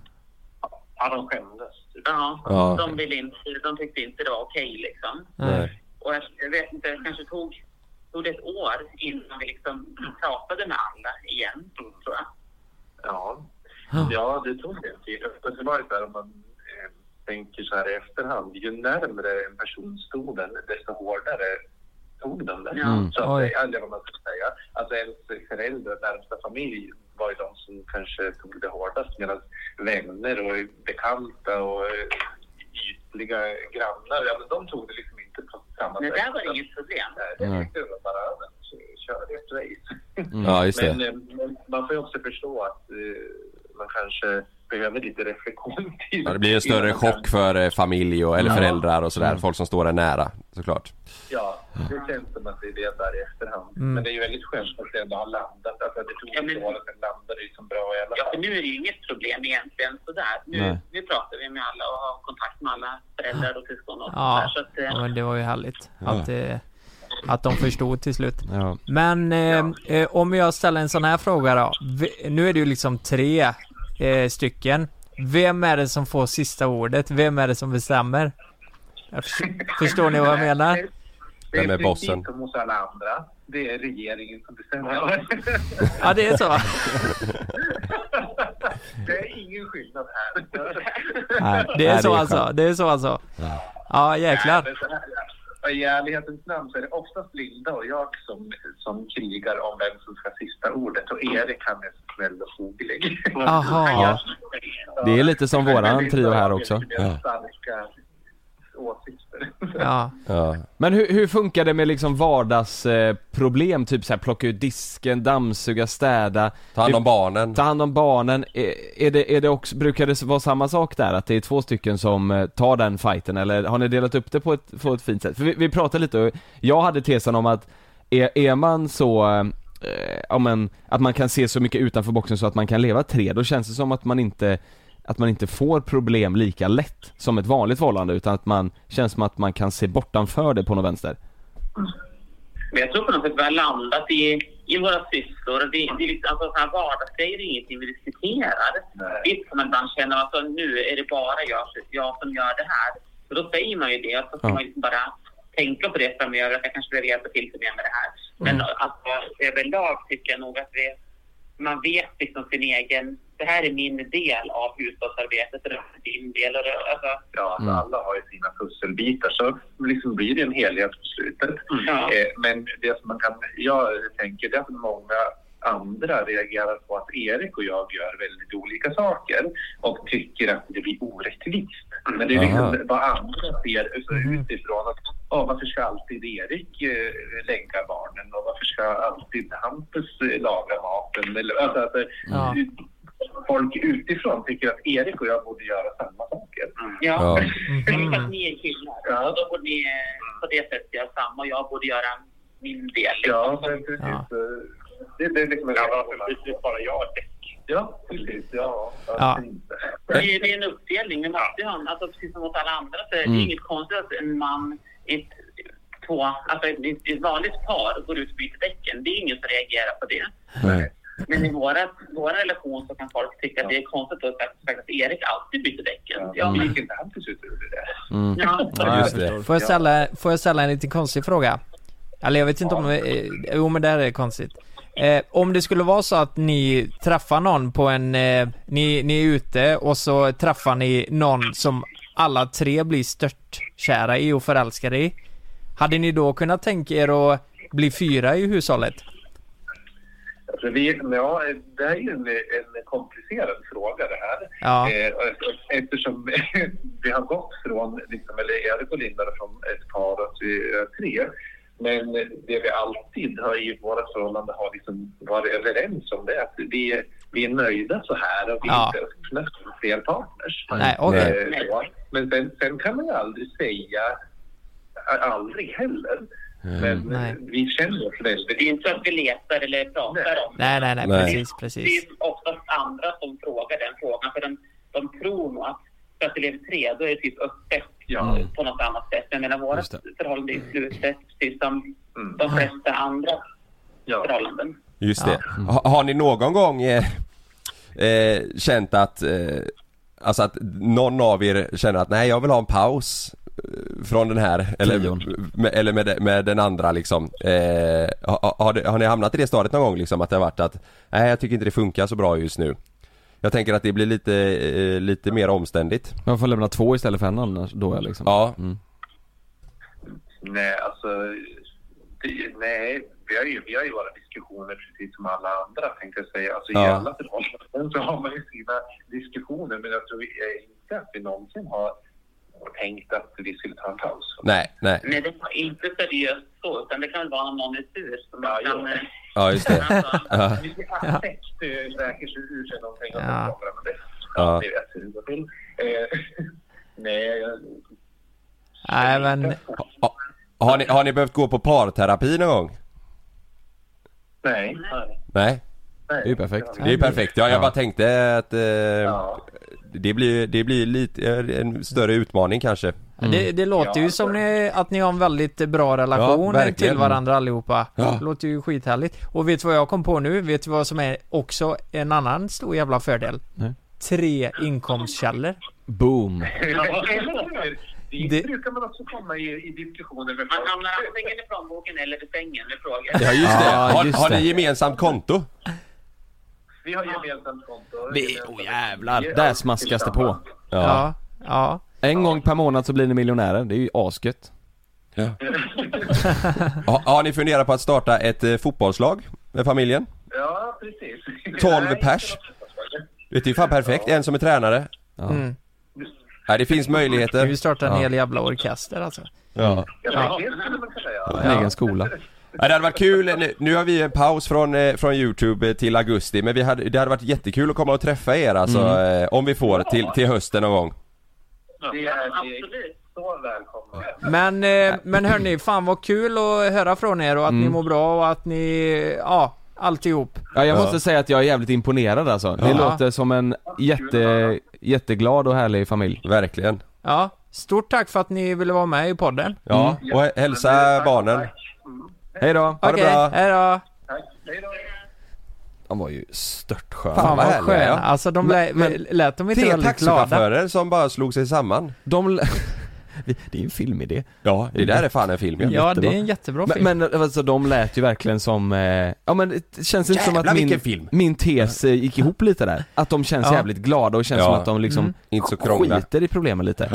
ja, de skämdes. typ. Ja, Ja. De, ville inte, de tyckte inte det var okej liksom. Nej. Och jag, jag vet inte, det kanske tog, tog det ett år innan vi liksom pratade med alla igen, tror jag. Mm. Ja, ja det tog en tid. Och Det var ju så här om man eh, tänker så här i efterhand. Ju närmare en person stod den, desto hårdare tog den den. Ja. Mm. Så att, Oj. det- eller vad man ska säga. Alltså ens föräldrar, närmsta familj var ju de som kanske tog det hårdast. Medan vänner och bekanta och eh, ytliga grannar, ja men de tog det liksom inte på samma Men sätt. där var det inget problem. Nej, det tyckte jag var bara, ja, men så kör det race. ja, just det. Men, eh, men man får ju också förstå att eh, man kanske behöver lite reflektion *laughs* till. Ja, det blir en större innan man chock för eh, familj och, eller föräldrar och sådär, folk som står där nära såklart. kan- Ja, det känns som att det är det där i efterhand. Mm. Men det är ju väldigt skönt att det ändå har landat. Alltså, det tog Ja, ett men- år och sen landade det ju som bra i alla Ja, för fall. nu är det ju inget problem egentligen sådär. Nej. Nu, nu pratar vi med alla och har kontakt med alla föräldrar och syskon och Ja. sådär. Så att, eh, ja, men det var ju härligt att, eh, att de förstod till slut. Ja. Men eh, eh, om jag ställer en sån här fråga då. V- nu är det ju liksom tre eh, stycken. Vem är det som får sista ordet? Vem är det som bestämmer? Jag förs- Förstår ni vad jag menar? Det Vem är precis bossen? som hos alla andra. Det är regeringen som bestämmer. Ja, det är så. *laughs* det är ingen skillnad här. Nej, *laughs* Det är nej, så skönt. alltså. Det är så alltså. Ja, jäklar. Men så här, ja. I ärlighetens namn så är det oftast Linda och jag som, som krigar om vem som ska ha sista ordet och Erik han är snäll och foglig. Aha. Det är lite som våran trio här också. Ja. Starka åsikter. Ja. Ja. Men hur, hur funkar det med liksom vardagsproblem? Eh, problem? typ såhär plocka ut disken, dammsuga, städa Ta hand om Det- barnen. Ta hand om barnen, är, är det, är det också, brukar det vara samma sak där? Att det är två stycken som eh, tar den fighten eller har ni delat upp det på ett, på ett fint sätt? För vi, vi pratade lite, och jag hade tesen om att är, är man så, eh, ja men, att man kan se så mycket utanför boxen så att man kan leva tre, då känns det som att man inte att man inte får problem lika lätt som ett vanligt förhållande utan att man känns som att man kan se bortanför det på något vänster. Men jag tror på något sätt vi har landat i, i våra sysslor. Vi, vi liksom, alltså, sådana här vardagsgrejer är ingenting vi diskuterar. Nej. Visst kan man ibland känna att alltså, nu är det bara jag, jag som gör det här. Och då säger man ju det och så ska Ja. man liksom bara tänka på det framöver att jag kanske behöver hjälpa till lite mer med det här. Men alltså, överlag tycker jag nog att vi, man vet liksom sin egen, det här är min del av hushållsarbetet, det här är din del. Och det, alltså, Ja, alltså alla har ju sina pusselbitar så liksom blir det en helhet på slutet. Mm. ja. Eh, Men det som man kan, jag tänker det är att många andra reagerar på att Erik och jag gör väldigt olika saker och tycker att det blir orättvist. Men det är Aha. liksom vad andra ser så utifrån att "Ja, varför ska alltid Erik eh, länka barnen och varför ska alltid Hampus eh, laga maten? Eller, alltså, att, eh, Ja. Folk utifrån tycker att Erik och jag borde göra samma saker. Ja. Ja. Mm. För att ni är killar. Ja. Då borde ni eh, på det sättet göra samma och jag borde göra min del. Liksom. Ja, men precis. Ja. eh, Det, det är liksom en ja, varför precis bara jag är däck? Ja, precis. Ja, Ja. ja. Det är, det är en uppdelning. Vi måste ju ha en, alltså precis som åt alla andra så är det inget konstigt att en man i ett, två, alltså i ett, i ett vanligt par går ut och byter däcken. Det är ingen som reagerar på det. Nej. Men i våra, våra relation så kan folk tycka att det är konstigt att, att, att Erik alltid byter däcken. Ja, Jag men, gick inte han till slut ur det. ja. Ja, just det. Får jag ställa, får jag ställa en liten konstig fråga? Eller jag vet inte om det är, eh, jo men det här är konstigt. Eh, om det skulle vara så att ni träffar någon på en, eh, ni, ni är ute och så träffar ni någon som alla tre blir störtkära i och förälskade i. Hade ni då kunnat tänka er att bli fyra i hushållet? Alltså vi, ja, det här är ju en, en komplicerad fråga det här. Ja. Eh, eftersom *laughs* vi har gått från, liksom, eller Erik och Linda är från ett par och vi är tre. Men det vi alltid har i våra förhållanden har liksom varit överens om det är att vi, vi är nöjda så här och vi är Ja. inte öppna för fler partners. Nej, okej. Eh, så. Men sen, sen kan man ju aldrig säga, aldrig heller. Men Mm. Nej. vi känner oss väldigt Det är inte så att vi letar eller pratar om det. Nej, nej, nej, Nej. precis, Det precis. är oftast andra som frågar den frågan för de, de tror nog att för att det lever tre, då är det typ öppet ja, på något annat sätt. Jag menar våra Just det. förhållande är slutet precis som de flesta andra förhållanden. Just det. Ha, har ni någon gång eh, eh, känt att, eh, alltså att någon av er känner att nej jag vill ha en paus eh, från den här eller, Trion. med, eller med, med den andra liksom. Eh, har, har, det- har ni hamnat i det stadiet någon gång liksom att det har varit att nej jag tycker inte det funkar så bra just nu. Jag tänker att det blir lite, eh, lite mer omständigt. Man får lämna två istället för en annars, då är liksom. Ja. Mm. Nej, alltså... Det, nej, vi har, ju, vi har ju våra diskussioner precis som alla andra, tänkte jag säga. Alltså, I Ja. alla förhållanden så har man ju sina diskussioner, men jag tror eh, inte att vi någonsin har tänkt att vi skulle ta en paus. Nej, nej. Nej, det var inte seriöst så, utan det kan väl vara när någon är sur. Som Ja, man jo. kan, eh, Ja just det. alltså, Ja, Vi affekt eh, läker sig ur sig någonting och så Ja. pratar man om det. Ja. Ja. Ni vet hur det går till. Eh, *laughs* nej, jag- Nej, men Ha- Har ni, har ni behövt gå på parterapi någon gång? *laughs* nej. nej. Nej? nej. Det är ju perfekt. Det är ju perfekt. Ja, jag Ja. bara tänkte att eh, Ja. det blir, det blir lite, eh, en större utmaning kanske. Det, det låter ju Ja, som ni, att ni har en väldigt bra relation Mm. eh, Ja, verkligen. till varandra allihopa. Ja. Det låter ju skithärligt. Och vet du vad jag kom på nu? Vet du vad som är också en annan stor jävla fördel? Nej. Tre inkomstkällor. Boom. Det, Det- brukar man också komma i, i diskussioner med man folk. hamnar antingen i plånboken eller i sängen med frågor. Ja just det. Ja, har, just har ni det. gemensamt konto? Vi har gemensamt konto. Vi- Gemensamt- oh, jävlar, Vi är där alltid smaskas det tillsammans. Ja. Ja. En gång per månad så blir ni miljonärer, det är ju asgött. Ha, har ni funderat på att starta ett eh, fotbollslag med familjen? *laughs* Ja, precis. 12 Nej, pers. inte något sånt. Det är ju fan perfekt. En som är tränare. Mm. Nej, det finns Vi möjligheter. vill starta en hel jävla orkester alltså. Ja. Ja, men det skulle man kunna göra. En egen skola. Ja, det hade varit kul. Nu, nu har vi en paus från, eh, från Youtube eh, till augusti. Men vi hade, det hade varit jättekul att komma och träffa er alltså. eh, Om vi får till, till hösten någon gång. Det är ni är Absolut. så välkomna. Men, eh, men hörni, fan vad kul att höra från er och att Mm. ni mår bra och att ni, ja, alltihop. Ja, jag måste säga att jag är jävligt imponerad alltså. Det Ja. låter som en jätte, jätteglad och härlig familj. Verkligen. Ja. Stort tack för att ni ville vara med i podden. Ja, och hä- hälsa barnen. Hej då! Ha det bra. hej då. Tack. Hej då. Han var ju störtskön. Fan, Fan vad vad härliga, sköna. ja. Alltså de lä- lät de inte Tre väldigt glada? taxichaufförer som bara slog sig samman. De... l- *laughs* Vi- det är ju en filmidé. Ja, det där är fan en film Ja, Jättebra. det är en jättebra film. Men, men alltså, de lät ju verkligen som, eh, ja men det känns inte som Jävlar, att min, vilken film. min tes eh, gick ihop lite där. Att de känns Ja. jävligt glada och känns Ja. som att de liksom Inte så krångla. skiter i problemen lite. Ska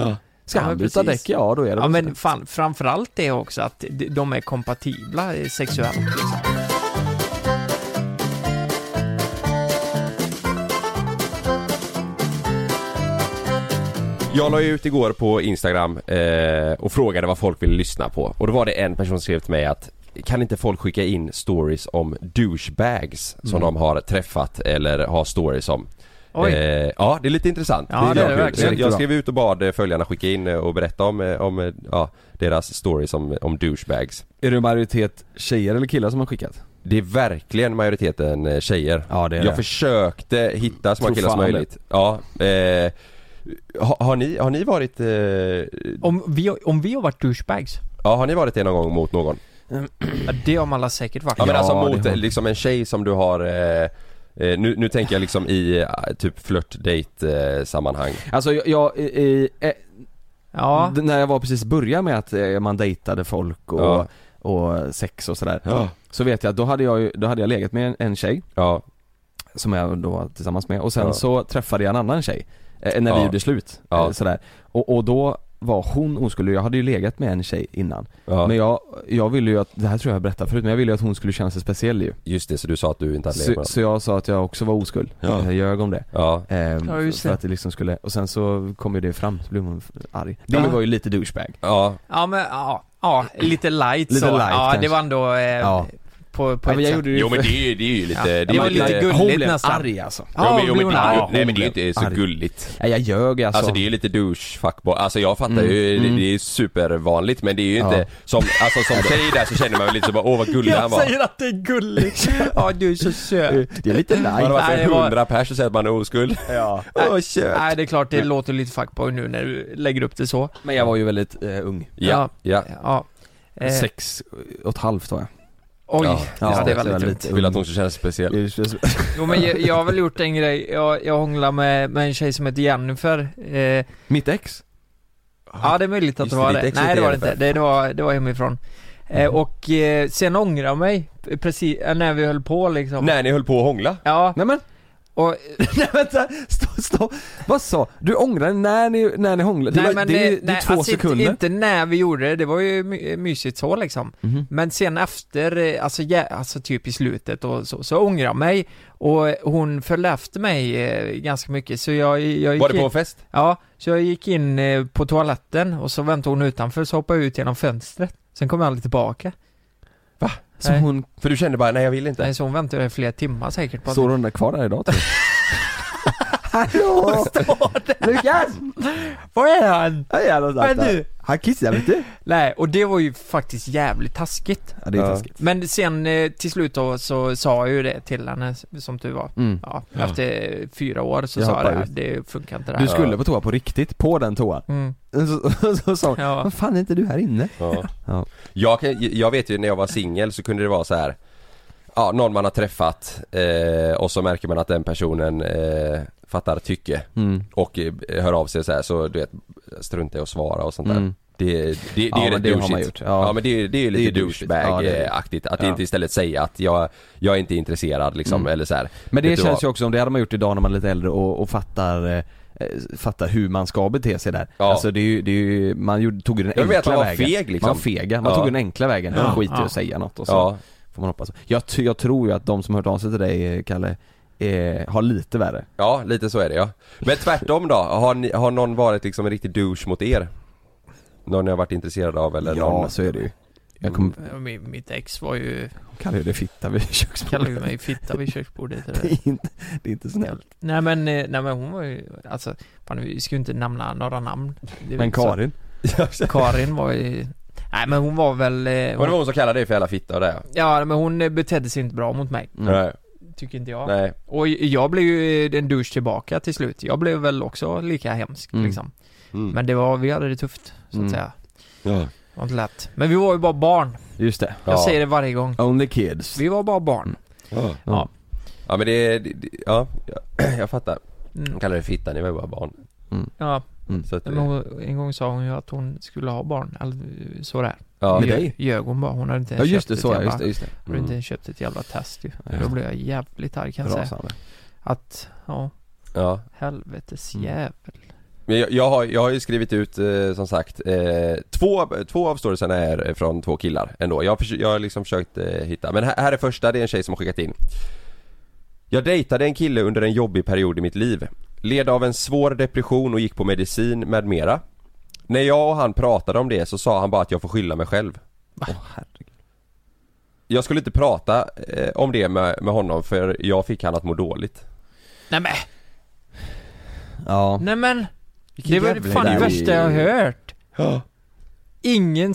Ja, han men byta precis. däck? Ja, då är det Ja väl men så. fan, framförallt det också att de- de är kompatibla eh, sexuellt liksom. Jag la ju ut igår på Instagram eh, och frågade vad folk ville lyssna på och då var det en person som skrev till mig att kan inte folk skicka Mm. in stories om douchebags som de har träffat eller har stories om? Oj. Eh, ja, det är lite intressant. Ja, det är det kul. verkligen. Jag- Jag skrev ut och bad eh, följarna skicka in eh, och berätta om, eh, om eh, ja, deras stories om, om douchebags. Är det majoritet tjejer eller killar som har skickat? Det är verkligen majoriteten eh, tjejer. Ja, det är jag det. försökte hitta så många Tror killar som fan det. möjligt. Ja, eh, har, har, ni, har ni varit eh, Om vi, om vi har varit douchebags? Ja, har ni varit det någon gång mot någon? Ja, det har man alla säkert varit. Ja, men alltså Ja, mot det har- eh, liksom en tjej som du har eh, eh, nu, nu tänker jag liksom i eh, typ flört date eh, sammanhang Alltså jag, jag i, i, eh, Ja. d- när jag var precis började med att eh, man dejtade folk och, Ja. och eh, sex och sådär. Ja. Så vet jag att då hade jag ju, då hade jag legat med en, en tjej Ja, som jag då var tillsammans med och sen Ja. så träffade jag en annan tjej eh, när Ja. vi gjorde slut. Ja. Eh, sådär. Och, och då var hon oskuld, jag hade ju legat med en tjej innan. ja. Men jag, jag ville ju att, det här tror jag jag berättade förut, men jag ville ju att hon skulle känna sig speciell ju. just det, så du sa att du inte hade legat Så, med så jag sa att jag också var oskuld, Ja. jag ljög om det. Ja, Ehm, Ja, just för det. att det liksom skulle, och sen så kom ju det fram, så blev hon arg. Det Ja. var ju lite douchebag. ja, Ja men ja, ja lite light Lite så. light, ja kanske. det var ändå eh, Ja. på, på Ja, men jag ett sätt. gjorde det ju för- är, det är ju lite, det var lite gulligt Hon blev nästan. arg alltså. Ja, Jo, men, jo, men, det, hon blev är ju- arg. nej, men det är ju inte så Arg. gulligt Nej jag ljög alltså. Alltså det är ju lite douche fuckboy, alltså jag fattar ju, Mm, det, mm. det är supervanligt men det är ju inte som, alltså som tjej där så känner man väl lite så bara åh vad *laughs* gullig han Jag var säger att det *laughs* är gulligt. Ja du är så söt. det är lite Hade det light. varit Nej, för det var- 100 pers så säger att man är oskuld Ja. Åh kött! Nej det är klart det låter lite fuckboy nu när du lägger upp det så. Men jag var ju väldigt eh, ung. Ja, ja, Ja. Eh, Sex och ett halvt var jag. oj, Ja, ja, det är väldigt tungt. vill att hon ska Mm. känna sig speciell Jo men jag, jag har väl gjort en grej, jag, jag hånglade med, med en tjej som heter Jennifer. Eh, Mitt ex? Ja det är möjligt att Just det det, var ditt det. ex Nej heter det var det Jennifer. inte. Det, det, var, det var hemifrån. Eh, Mm. och eh, sen ångrar jag mig eh, precis eh, när vi höll på liksom. När ni höll på att hångla? Ja, Nej men, och *laughs* nej vänta, stopp, stopp. Vad sa du? ångrar när ni, när ni hånglade? Det, var- det, är- det är två alltså inte- sekunder. Inte när vi gjorde det, det var ju my- mysigt så liksom. Mhm. Men sen efter, eh, alltså, ja, alltså typ i slutet och så, så ångrar jag mig. Och eh, hon följde efter mig eh, ganska mycket så jag, jag gick Var det på in, en fest? Ja, så jag gick in eh, på toaletten och så väntade hon utanför så hoppade jag ut genom fönstret. Sen kom jag aldrig tillbaka. Så Nej. hon, För du kände bara, nej jag vill inte Nej, så hon väntade i flera timmar säkert på att står hon där kvar där idag tror *laughs* Hallå! Lukas! Var är han? Vad är han Vad är du? Han kissar inte? Nej, och det var ju faktiskt jävligt taskigt. Ja det är Ja. taskigt. Men sen eh, till slut då så sa jag ju det till henne som tur var. Mm. Ja, efter fyra år så Jag sa hoppar jag det, här, ut. det funkar inte det Du här. skulle på toa på riktigt, på den toan. *laughs* Mm. Så- Så sa hon, Ja. vad fan är inte du här inne? Ja. Ja. Jag, kan- jag vet ju när jag var singel så kunde det vara så här. Ja, någon man har träffat eh, och så märker man att den personen eh, fattar tycke Mm. och eh, hör av sig så här så du vet struntar i att svara och sånt där. Mm. Det, det, det Ja, är ju men rätt det har douchigt. man gjort. Ja. Ja. men det är ju det är ju Det är lite ju douchigt. Ja, det är det. douchebag-aktigt att Ja. Mm. inte istället säga att jag, jag är inte intresserad liksom eller så här. Men Vet det du känns vad? ju också, om det hade man gjort idag när man är lite äldre och, och fattar eh, eh, fattar hur man ska bete sig där. Ja. Alltså det är ju, det är ju man gjorde, tog ju den Jag vet, enkla man var vägen. feg, liksom. Man var fega, man Ja. tog ju den enkla vägen. Man Ja. skiter i Ja. att säga något och så Ja, får man hoppas. Jag, ty- jag tror ju att de som hört av sig till dig eh, Kalle, eh, har lite värre. ja, lite så är det ja. Men tvärtom då, har, ni, har någon varit liksom en riktig douche mot er? Någon ni har varit intresserad av eller någon? så är det ju. Jag kommer, Ja, mi- Mitt ex var ju, Mm. kallar ju det fitta vid *laughs* kallade köksbordet. ju mig fitta *laughs* vid köksbordet. och det Det där. är inte, det är inte snällt. Nej men, eh, nej men hon var ju, alltså, fan, vi ska ju inte nämna några namn. Det är väl Men inte så. Karin? Karin var ju, nej men hon var väl, eh, Var det hon, hon som kallade dig för jävla fitta och det? ja. ja men hon eh, betedde sig inte bra mot mig. Mm. Nej. Tycker inte jag. Nej. Och jag blev ju eh, en douche tillbaka till slut. Jag blev väl också lika hemsk Mm. liksom. Mm. Men det var, vi hade det tufft så att Mm. säga. Ja. Det var inte lätt. Men vi var ju bara barn. Just det. Jag Ja. säger det varje gång. Only kids. Vi var bara barn. Ja. Ja. Ja men det, det det- ja, *clears throat* jag, jag fattar. Mm. De kallar det fitta, ni var ju bara barn. Ja, Så att, men hon, en gång sa hon ju att hon skulle ha barn, eller sådär. ja. Med Ljög- dig? Ljög hon bara, hon hade inte Ja ens just köpt det, ett så ja, jävla- just det, just det. hon hade inte ens köpt ett jävla test ju. Mm. Ja. Då Mm. blev jag jävligt arg kan jag säga. Rasande. Att, ja, ja. helvetes Mm. jävel. Men jag, jag, har, jag har ju skrivit ut eh, som sagt, eh, två, två av storiesarna är från två killar ändå. Jag, har försö- jag har liksom försökt eh, hitta, men här, här är första, det är en tjej som har skickat in. Jag dejtade en kille under en jobbig period i mitt liv. Led av en svår depression och gick på medicin med mera. När jag och han pratade om det så sa han bara att jag får skylla mig själv. Åh herregud. Jag skulle inte prata eh, om det med, med honom för jag fick han att må dåligt. Nej men! Ja. Nej men, Vilken det var jävla det fan det idé. värsta jag har hört. Ja. Ingen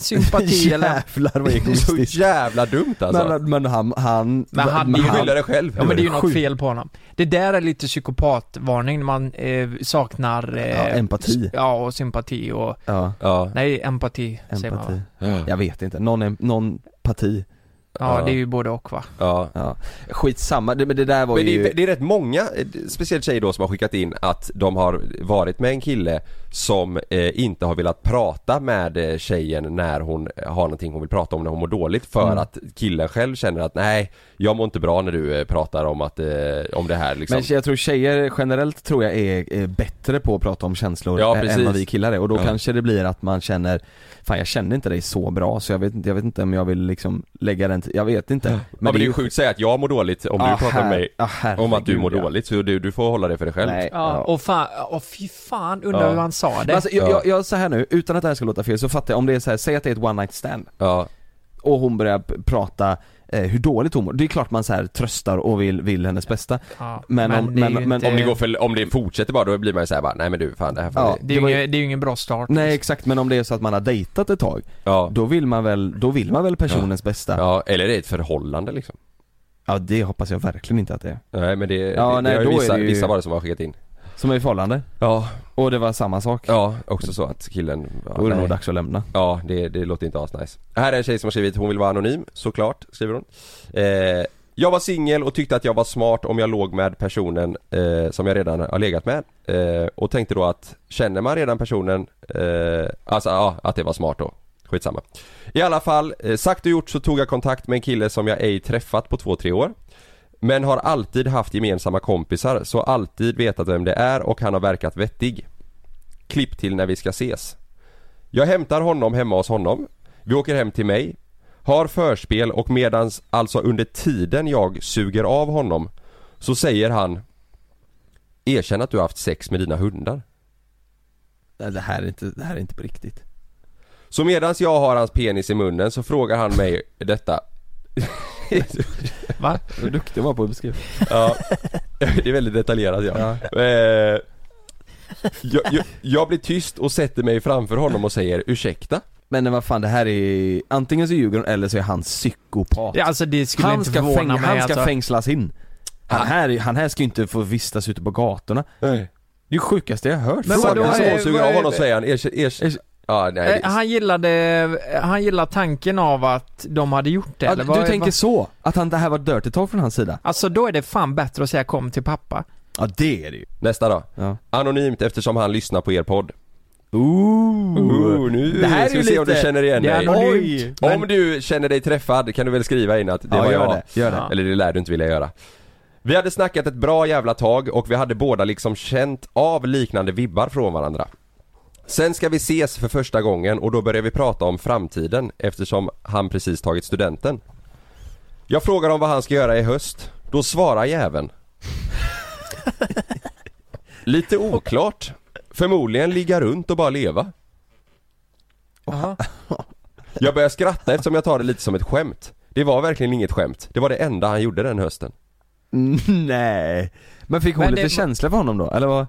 *laughs* sympati eller... Jävlar vad Så egoistiskt. jävla dumt alltså Men, men han, han... Men Du han- men skyller dig själv Ja men det är ju något Sjukt. fel på honom. Det där är lite psykopatvarning när man eh, saknar... Eh, Ja, empati. s- Ja, och sympati och... Ja, Ja, Nej, empati, säger man va? empati. Jag vet inte, någon, em- någon parti. Ja, Ja. det är ju både och va? ja Ja. Skitsamma, det, men det där var Men ju... det är, det är rätt många, eh, speciellt tjejer då som har skickat in att de har varit med en kille som eh, inte har velat prata med eh, tjejen när hon har någonting hon vill prata om när hon mår dåligt för Mm. att killen själv känner att nej, jag mår inte bra när du eh, pratar om att, eh, om det här liksom. Men jag tror tjejer generellt tror jag är, är bättre på att prata om känslor Ja, ä- precis. än vad vi killar är och då Ja. kanske det blir att man känner Fan jag känner inte dig så bra så jag vet inte, jag vet inte om jag vill liksom lägga den till, jag vet inte Men, ja, men det är ju sjukt att säga att jag mår dåligt om Ah, du pratar med mig om att du mår dåligt så du, du får hålla det för dig själv. Nej, Ja, och fan, och fy fan, undrar Ja. hur han sa det. Men alltså, jag, Ja. jag, jag, så här nu, utan att det här ska låta fel så fattar jag om det är så här, säg att det är ett one night stand Ja, och hon börjar p- prata eh, hur dåligt hon mår, det är klart man så här tröstar och vill, vill hennes bästa ja, men om- det är ju men- men inte- om det går för, om det fortsätter bara då blir man ju såhär bara, nej men du fan det här får Ja. vi- det, är det ju var ju- ingen- det är ju ingen bra start. Nej exakt, men om det är så att man har dejtat ett tag ja. Då vill man väl, då vill man väl personens bästa? Ja. ja, eller det är ett förhållande liksom. det hoppas jag verkligen inte att det är Nej men det, Ja, det, nej, det har då ju är vissa, det ju- vissa bara som har skickat in Som är i förhållande, Ja, och det var samma sak ja också så att killen ja, Då är det nej. nog dags att lämna Ja, det, det låter inte asnice Här är en tjej som har skrivit, hon vill vara anonym, såklart, skriver hon eh, Jag var singel och tyckte att jag var smart om jag låg med personen eh, som jag redan har legat med eh, Och tänkte då att, känner man redan personen, eh, alltså ja, att det var smart då Skitsamma I alla fall, eh, sagt och gjort så tog jag kontakt med en kille som jag ej träffat på två, tre år Men har alltid haft gemensamma kompisar, så alltid vetat vem det är och han har verkat vettig Klipp till när vi ska ses jag hämtar honom hemma hos honom. Vi åker hem till mig. Har förspel och medans, alltså under tiden jag suger av honom, så säger han Erkänn att du har haft sex med dina hundar. Nej, det här är inte, det här är inte på riktigt Så medans jag har hans penis i munnen så frågar han mig detta. *laughs* Va? Vad duktig jag var på att beskriva Ja, det är väldigt detaljerat ja. Eh, Jag, jag, jag blir tyst och sätter mig framför honom och säger ursäkta. Men vad fan det här är, antingen så ljuger hon eller så är han psykopat Ja, alltså det skulle Han inte ska, förvåna fäng, mig han ska alltså. fängslas in han här, han här ska ju inte få vistas ute på gatorna Det är ju sjukaste jag har hört Men vadå, Frågar Fråga. så hon eh, suger vad av är honom det? säger han erkänn, erkänn. Ja, nej, Eh, det- Han gillade, eh, han gillade tanken av att de hade gjort det Ja, eller vad, Du tänker vad? så? Att han, det här var dirty talk från hans sida? Alltså då är det fan bättre att säga kom till pappa. Ja det är det ju Nästa då. Ja. Anonymt eftersom han lyssnar på er podd. Ooh. Ooh, Oh, nu det här ska vi se om du känner igen det är dig. anonymt. Oj! Om du känner dig träffad kan du väl skriva in att det Ja, var gör jag. det, gör det. Eller det lär du inte vilja göra. Vi hade snackat ett bra jävla tag och vi hade båda liksom känt av liknande vibbar från varandra. Sen ska vi ses för första gången och då börjar vi prata om framtiden eftersom han precis tagit studenten. Jag frågar om vad han ska göra i höst. Då svarar jäveln. Lite oklart. Förmodligen ligga runt och bara leva. Jag börjar skratta eftersom jag tar det lite som ett skämt. Det var verkligen inget skämt. Det var det enda han gjorde den hösten. *laughs* Nej. Men fick hon Men lite det var- känsla för honom då? Eller vad?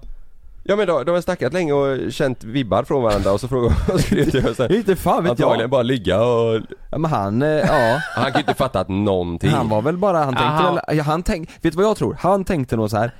Ja men då, de har snackat länge och känt vibbar från varandra och så *laughs* frågade och skrev till hösten. Inte fan vet Antagligen jag. bara ligga och... Ja, men han, eh, ja. Han kan ju inte fattat någonting. Han var väl bara, han tänkte Aha. väl, ja, han tänk, vet du vad jag tror? Han tänkte nog så här.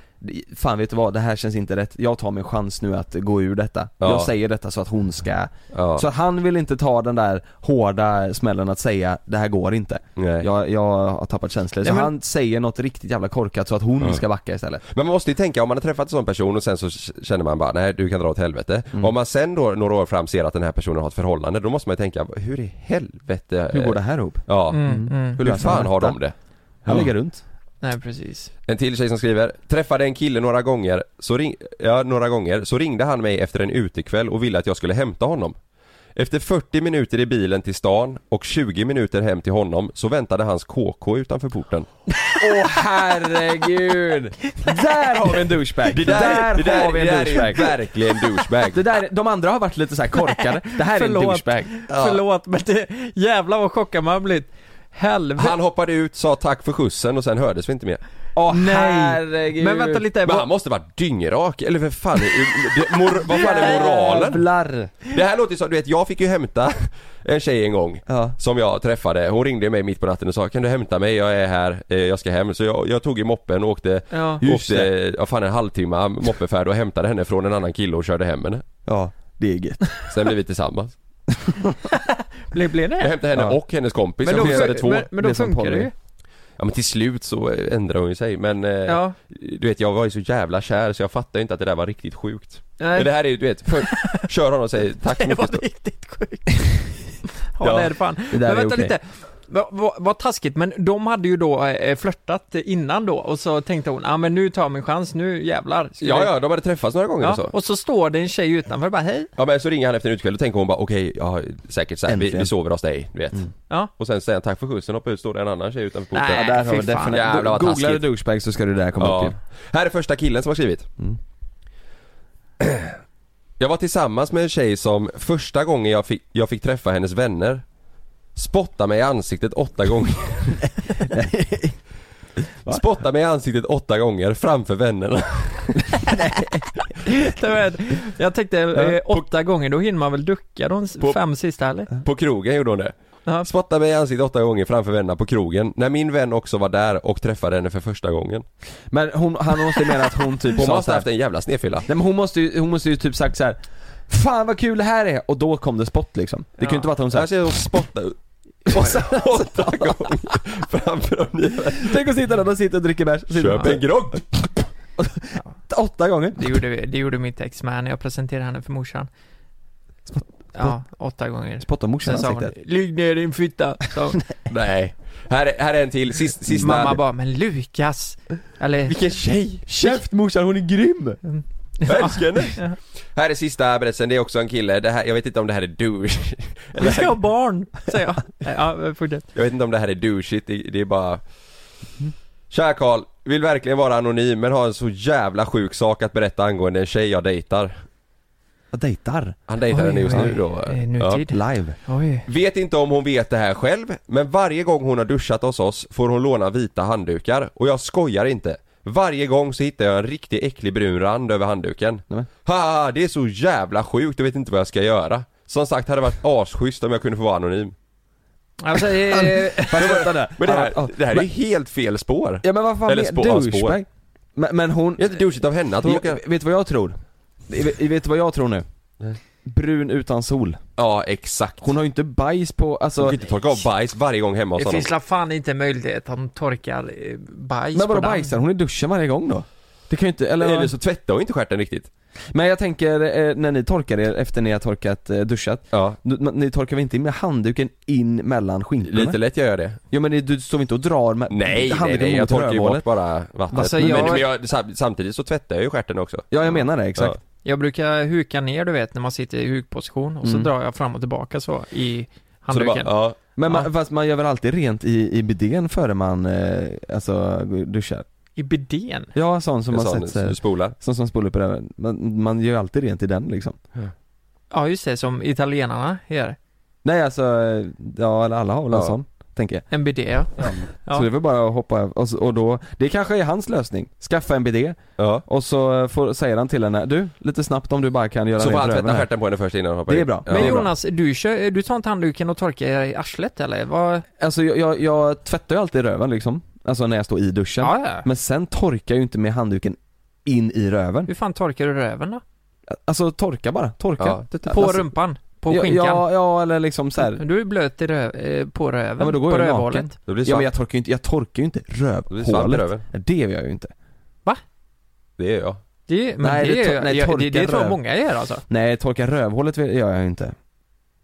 Fan vet du vad, det här känns inte rätt. Jag tar min chans nu att gå ur detta. Ja. Jag säger detta så att hon ska... Ja. Så att han vill inte ta den där hårda smällen att säga det här går inte. Nej. Jag, jag har tappat känslor. Så Nej, men- han säger något riktigt jävla korkat så att hon ska backa istället. Men man måste ju tänka om man har träffat en sån person och sen så k- känner man bara nej du kan dra åt helvete. Mm. Om man sen då några år fram ser att den här personen har ett förhållande då måste man ju tänka hur i helvete... Hur går det eh, här ihop? Ja. Mm, mm. Hur fan har de det? Han Ja. ligger runt. Nej precis. En till tjej som skriver Träffade en kille några gånger, så ring- ja, några gånger så ringde han mig efter en utekväll och ville att jag skulle hämta honom. Efter 40 minuter i bilen till stan och 20 minuter hem till honom så väntade hans KK utanför porten. Åh herregud! Där har vi en douchebag! Det där, det där, har vi en det där är douchebag! verkligen douchebag. Det där, de andra har varit lite så här korkade, det här är en Förlåt. douchebag *laughs* Förlåt men det, jävlar vad chockad man har blivit. Helvete. Han hoppade ut, sa tack för skjutsen och sen hördes vi inte mer. Åh Nej. herregud. Men vänta lite, Men vad- han måste varit dyngrak, eller för fan, det, mor, vad fan är moralen? Jävlar! Det här låter ju som, du vet jag fick ju hämta en tjej en gång Ja. Som jag träffade, hon ringde mig mitt på natten och sa Kan du hämta mig? Jag är här, eh, jag ska hem Så jag, jag tog i moppen och åkte, Ja. Just åkte ja, fan en halvtimme moppefärd och hämtade henne från en annan kille och körde hem henne Ja, det är gött. Sen blev vi tillsammans Blev, blev Jag det? hämtade henne Ja. och hennes kompis, Men jag då, missade två liksom men, men då Det är som funkar det Polly. ju. Ja men till slut så eh, ändrade hon ju sig men eh, Ja. Du vet jag var ju så jävla kär så jag fattade inte att det där var riktigt sjukt Nej. Men det här är ju, du vet, för, kör honom och säger tack så *laughs* Det var mycket riktigt sjukt. ja, Ja. det är det fan. Det där men är vänta okej. lite. Vad va, vad taskigt, men de hade ju då eh, flörtat innan då och så tänkte hon, ja ah, men nu tar jag min chans, nu jävlar. Ska Ja jag- ja, de hade träffats några gånger ja. och så Och så står det en tjej utanför och bara hej. *laughs* Ja men så ringer han efter en utekväll och tänker hon bara okej, ja säkert såhär, vi, Äntligen. vi sover hos dig, du vet Ja. Och sen säger han tack för skjutsen, hoppar ut, står det en annan tjej utanför porten Nej, Ja, där har fy vi fan. definitivt... Jävlar, vad Googlar du taskigt. douchebag så ska det där komma ja. upp ju. Här är första killen som har skrivit *clears throat* Jag var tillsammans med en tjej som första gången jag fick, jag fick träffa hennes vänner Spottade mig i ansiktet åtta gånger *laughs* Spottade mig i ansiktet åtta gånger framför vännerna Jag vet. Jag tänkte eh, åtta gånger, då hinner man väl ducka de s- På- fem sista eller? På krogen gjorde hon det Ja. Spottade mig i ansiktet åtta gånger framför vännerna på krogen När min vän också var där och träffade henne för första gången Men hon, han måste mena att hon typ Hon sa måste såhär... haft en jävla snedfylla Nej men hon måste ju, hon måste ju typ sagt såhär Fan vad kul det här är! Och då kom det spott liksom. Det kan ju inte vara att hon Så här såhär... ser hon spotta ut. Och sen *laughs* åtta gånger framför de nya. Tänk att sitta där, de sitter och dricker bärs. och sitter- Köp en grogg! Åtta gånger. Det gjorde, vi- det gjorde mitt ex med när jag presenterade henne för morsan. Ja, åtta gånger. Spotta morsan i Sen sa hon, ansiktet. ligg ner din fitta. sa hon. Nej. Här är, här är en till, Sist, sista. Mamma bara, men Lukas! Eller, Vilken tjej! Käft morsan, hon är grym! Jag älskar henne! Här är sista berättelsen, det är också en kille, det här, jag vet inte om det här är douche. *laughs* vi ska ha barn! Säger *laughs* jag. Ja, fortsätt. Jag vet inte om det här är douchigt, det, det är bara... Kära Karl, vill verkligen vara anonym men har en så jävla sjuk sak att berätta angående en tjej jag dejtar. Jag dejtar. Han dejtar Oj, henne just oj, nu då. eh, nutid. Live. Oj. Vet inte om hon vet det här själv, men varje gång hon har duschat hos oss får hon låna vita handdukar och jag skojar inte. Varje gång så hittar jag en riktigt äcklig brun rand över handduken. Nämen. Haha, det är så jävla sjukt, jag vet inte vad jag ska göra. Som sagt, hade det varit asschysst om jag kunde få vara anonym. *laughs* Alltså, eh, Fast vänta nu. Men det här, Ja, det här är men- ju helt fel spår. Ja men vad fan Eller men- spår- ja, spår. douchebag. Men, men hon... Det är inte douchigt av henne att hon Jag, åker... vet du vad jag tror? Vet vet du vad jag tror nu? Brun utan sol. Ja, exakt. Hon har ju inte bajs på, Hon alltså kan inte torka av bajs varje gång hemma hos det honom. finns la fan inte möjlighet att de torkar eh, bajs Men vadå på damm. bajsar hon i duschen varje gång då? Det kan ju inte, eller, Eller så tvättar hon inte stjärten riktigt. Men jag tänker, eh, när ni torkar er efter ni har torkat, eh, duschat Ja. nu- men Ni torkar väl inte in med handduken in mellan skinkorna? Lite lätt gör jag det. Ja men ni- du står inte och drar med Nej, nej, handduken nej, jag mot torkar ju bort rövhålet? bara vattnet. Alltså, men, jag- men jag, sam- samtidigt så tvättar jag ju stjärten också. Ja jag menar det, exakt Jag brukar huka ner du vet när man sitter i hukposition och så Mm. drar jag fram och tillbaka så i Så det bara, handduken. ja. Men Ja. man, fast man gör väl alltid rent i, i bidén före man, eh, alltså duschar? I bidén? Ja sån som en man sån sätter sig du spolar. Sån som spolar upp röven, man, man gör ju alltid rent i den liksom Ja just det, som italienarna gör. Nej alltså, eh, ja eller alla har väl en Ja. sån, tänker jag En bidé ja. Ja. Så det är väl bara att hoppa över, och, så- och då, det kanske är hans lösning, skaffa en bidé Ja. och så eh, får, säger han till henne, du lite snabbt om du bara kan göra Så får rent han röven tvätta här. stjärten på henne först innan han hoppar Det är in. bra. Ja. Men det är bra. Jonas, du, kör, eh, du tar inte handduken och torkar i arslet eller? Vad? Alltså jag, jag, jag tvättar ju alltid röven liksom, alltså när jag står i duschen Ja, ja. Men sen torkar jag ju inte med handduken in i röven Hur fan torkar du röven då? Alltså torka bara, torka Ja. På Alltså, rumpan? På ja, skinkan? Typ. ja, ja eller liksom så här. Du är ju blöt i röv, eh, på röven, Ja, men då går på jag ju rövhålet. naken. Då blir det Ja men svart. jag torkar ju inte, jag torkar ju inte Då blir det svart i rövhålet röven. Det gör jag ju inte Det är jag. Det, men Nej, nej, det, det är tor- ju- nej, ja, det, det torkar tror röv. många gör alltså. Nej, torka rövhålet vill- gör jag ju inte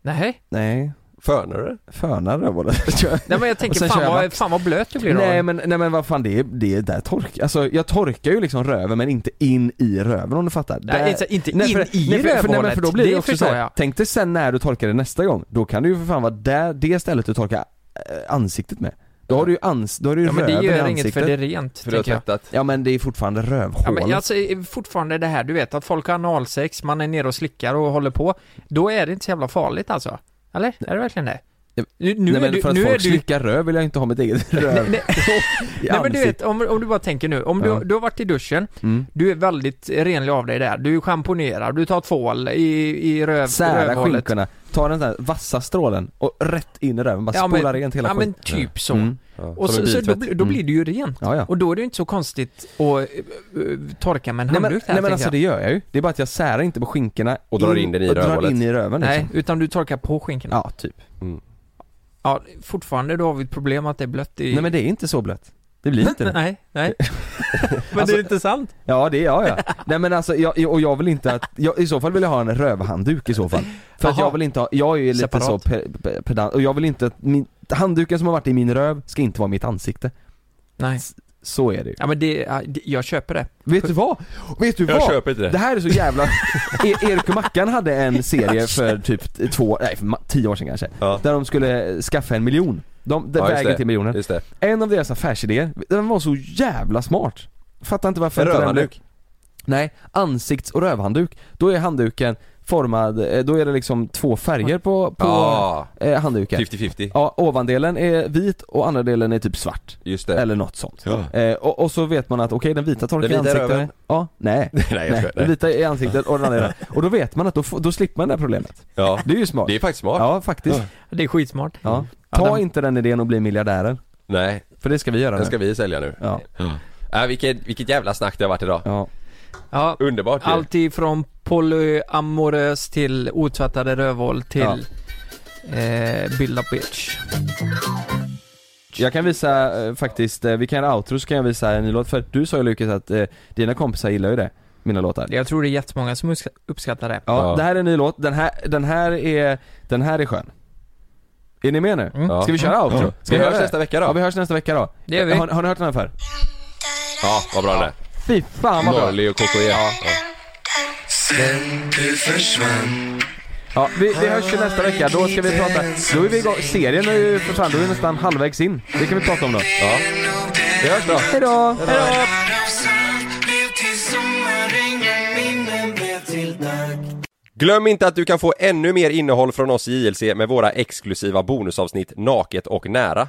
Nej. Nej, Fönar du det? föna rövhålet *laughs* tror jag. nej men jag Och tänker sen kör fan jag vad, vax. fan vad blöt du blir då. Nej men, nej men vad fan det är, det är där tork, alltså jag torkar ju liksom röven men inte in i röven om du fattar Nej, alltså, Där- inte- inte nej, för, in i nej, för, för, nej, men rövhålet. för då blir det, Det också förstår så här, jag. tänk dig sen när du torkar det nästa gång, då kan du ju för fan vara där, det stället du torkar eh, ansiktet med Då har du ju ans, då har du ju ja, men det röven i gör inget ansiktet för det är rent, För du har tänker jag. tvättat. Ja men det är fortfarande Ja, rövhålet men alltså, eh, fortfarande det här, du vet att folk har analsex, man är nere och slickar och håller på. Då är det inte så jävla farligt alltså. Eller? Är det verkligen det? Nu, nu Nej är men du, för att nu är folk du slickar röv vill jag inte ha mitt eget röv Nej, *laughs* i nej men du ansiktet. vet, om, om du bara tänker nu, om Ja. du, du har varit i duschen, Mm. du är väldigt renlig av dig där, du schamponerar, du tar tvål i, i röv, Sära Mm. rövhålet. skinkorna, ta den där vassa strålen och rätt in i röven, bara spola rent hela ja, men skiten typ så. Mm. Ja, Och som så, en så då, biltvätt. blir- då blir det ju rent. Ja, ja. Och då är det ju inte så konstigt att eh, eh, torka med en Nej men, handduk där, nej, men tänker alltså det jag. gör jag ju, det är bara att jag särar inte på skinkorna Och drar in den i och drar rövhålet. in i röven Nej, liksom. utan du torkar på skinkorna. Ja. Ja typ, fortfarande då har vi ett problem att det är blött i... nej men det är inte så blött Det blir inte det Alltså- Nej, *laughs* nej. men det är inte sant. Ja det är *laughs* jag ja. Nej men alltså, jag, och jag vill inte att, jag, i så fall vill jag ha en rövhandduk i så fall För att Jaha. jag vill inte ha, jag är ju lite Separat. så pe- pe- pedant, och jag vill inte att min, handduken som har varit i min röv ska inte vara mitt ansikte Nej. Så är det ju Ja men det, ja, det- jag köper det. Vet du vad? Vet du Jag vad? köper inte det. Det här är så jävla... *laughs* E- Erik och Mackan hade en serie för typ t- två, nej för ma- tio år sedan kanske. Ja. Där de skulle skaffa en miljon. De, de Ja, just vägen det. till miljonen. Just det. En av deras affärsidéer, den var så jävla smart. Fattar inte varför En inte den rövhandduk. blev- Nej, ansikts och rövhandduk. Då är handduken formad, eh, då är det liksom två färger på, på Ja. Typ. eh, handduken. 50-50. Ja, ovandelen är vit och andra delen är typ svart. Just det. Eller något sånt. Ja. Eh, och, och så vet man att okej den vita torkar Den vita ansiktet röven. Ja, nej. *laughs* Nej, jag skojar. Den vita i ansiktet och den andra *laughs* i röven. Och då vet man att då, får- då slipper man det här problemet. Ja. Det är ju smart. Det är faktiskt smart. Ja, faktiskt. Det är skitsmart. Ja. Ja, Ta den- inte den idén och bli miljardären. Nej, För det ska vi göra den nu. ska vi sälja nu. Ja. Äh, vilket, vilket jävla snack det har varit idag. ja. Ja, Underbart ju. allt ifrån polyamorös till otvättade rövhål till eh, build up bitch. Jag kan visa eh, faktiskt, eh, vi kan göra outro så kan jag visa en ny låt. För du sa ju Lukas att eh, dina kompisar gillar ju det. Mina låtar. Jag tror det är jättemånga som uppsk- uppskattar det. Ja, Ja. det här är en ny låt. Den här, den här är, den här är skön. Är ni med nu? Ja. Ska vi köra outro? Vi Ska hörs göra det? nästa vecka då. Ja, vi hörs nästa vecka då. Det gör vi. Har, har ni hört den här för? Ja, vad bra det Fy fan är. vad bra. Norli och KKE. Ja. Ja, vi, vi hörs ju nästa vecka, då ska vi prata, då är vi igång, serien är ju för fan, då är vi nästan halvvägs in. Det kan vi prata om då. ja. Vi hörs då. Hejdå! Glöm inte att du kan få ännu mer innehåll från oss i JLC med våra exklusiva bonusavsnitt Naket och nära.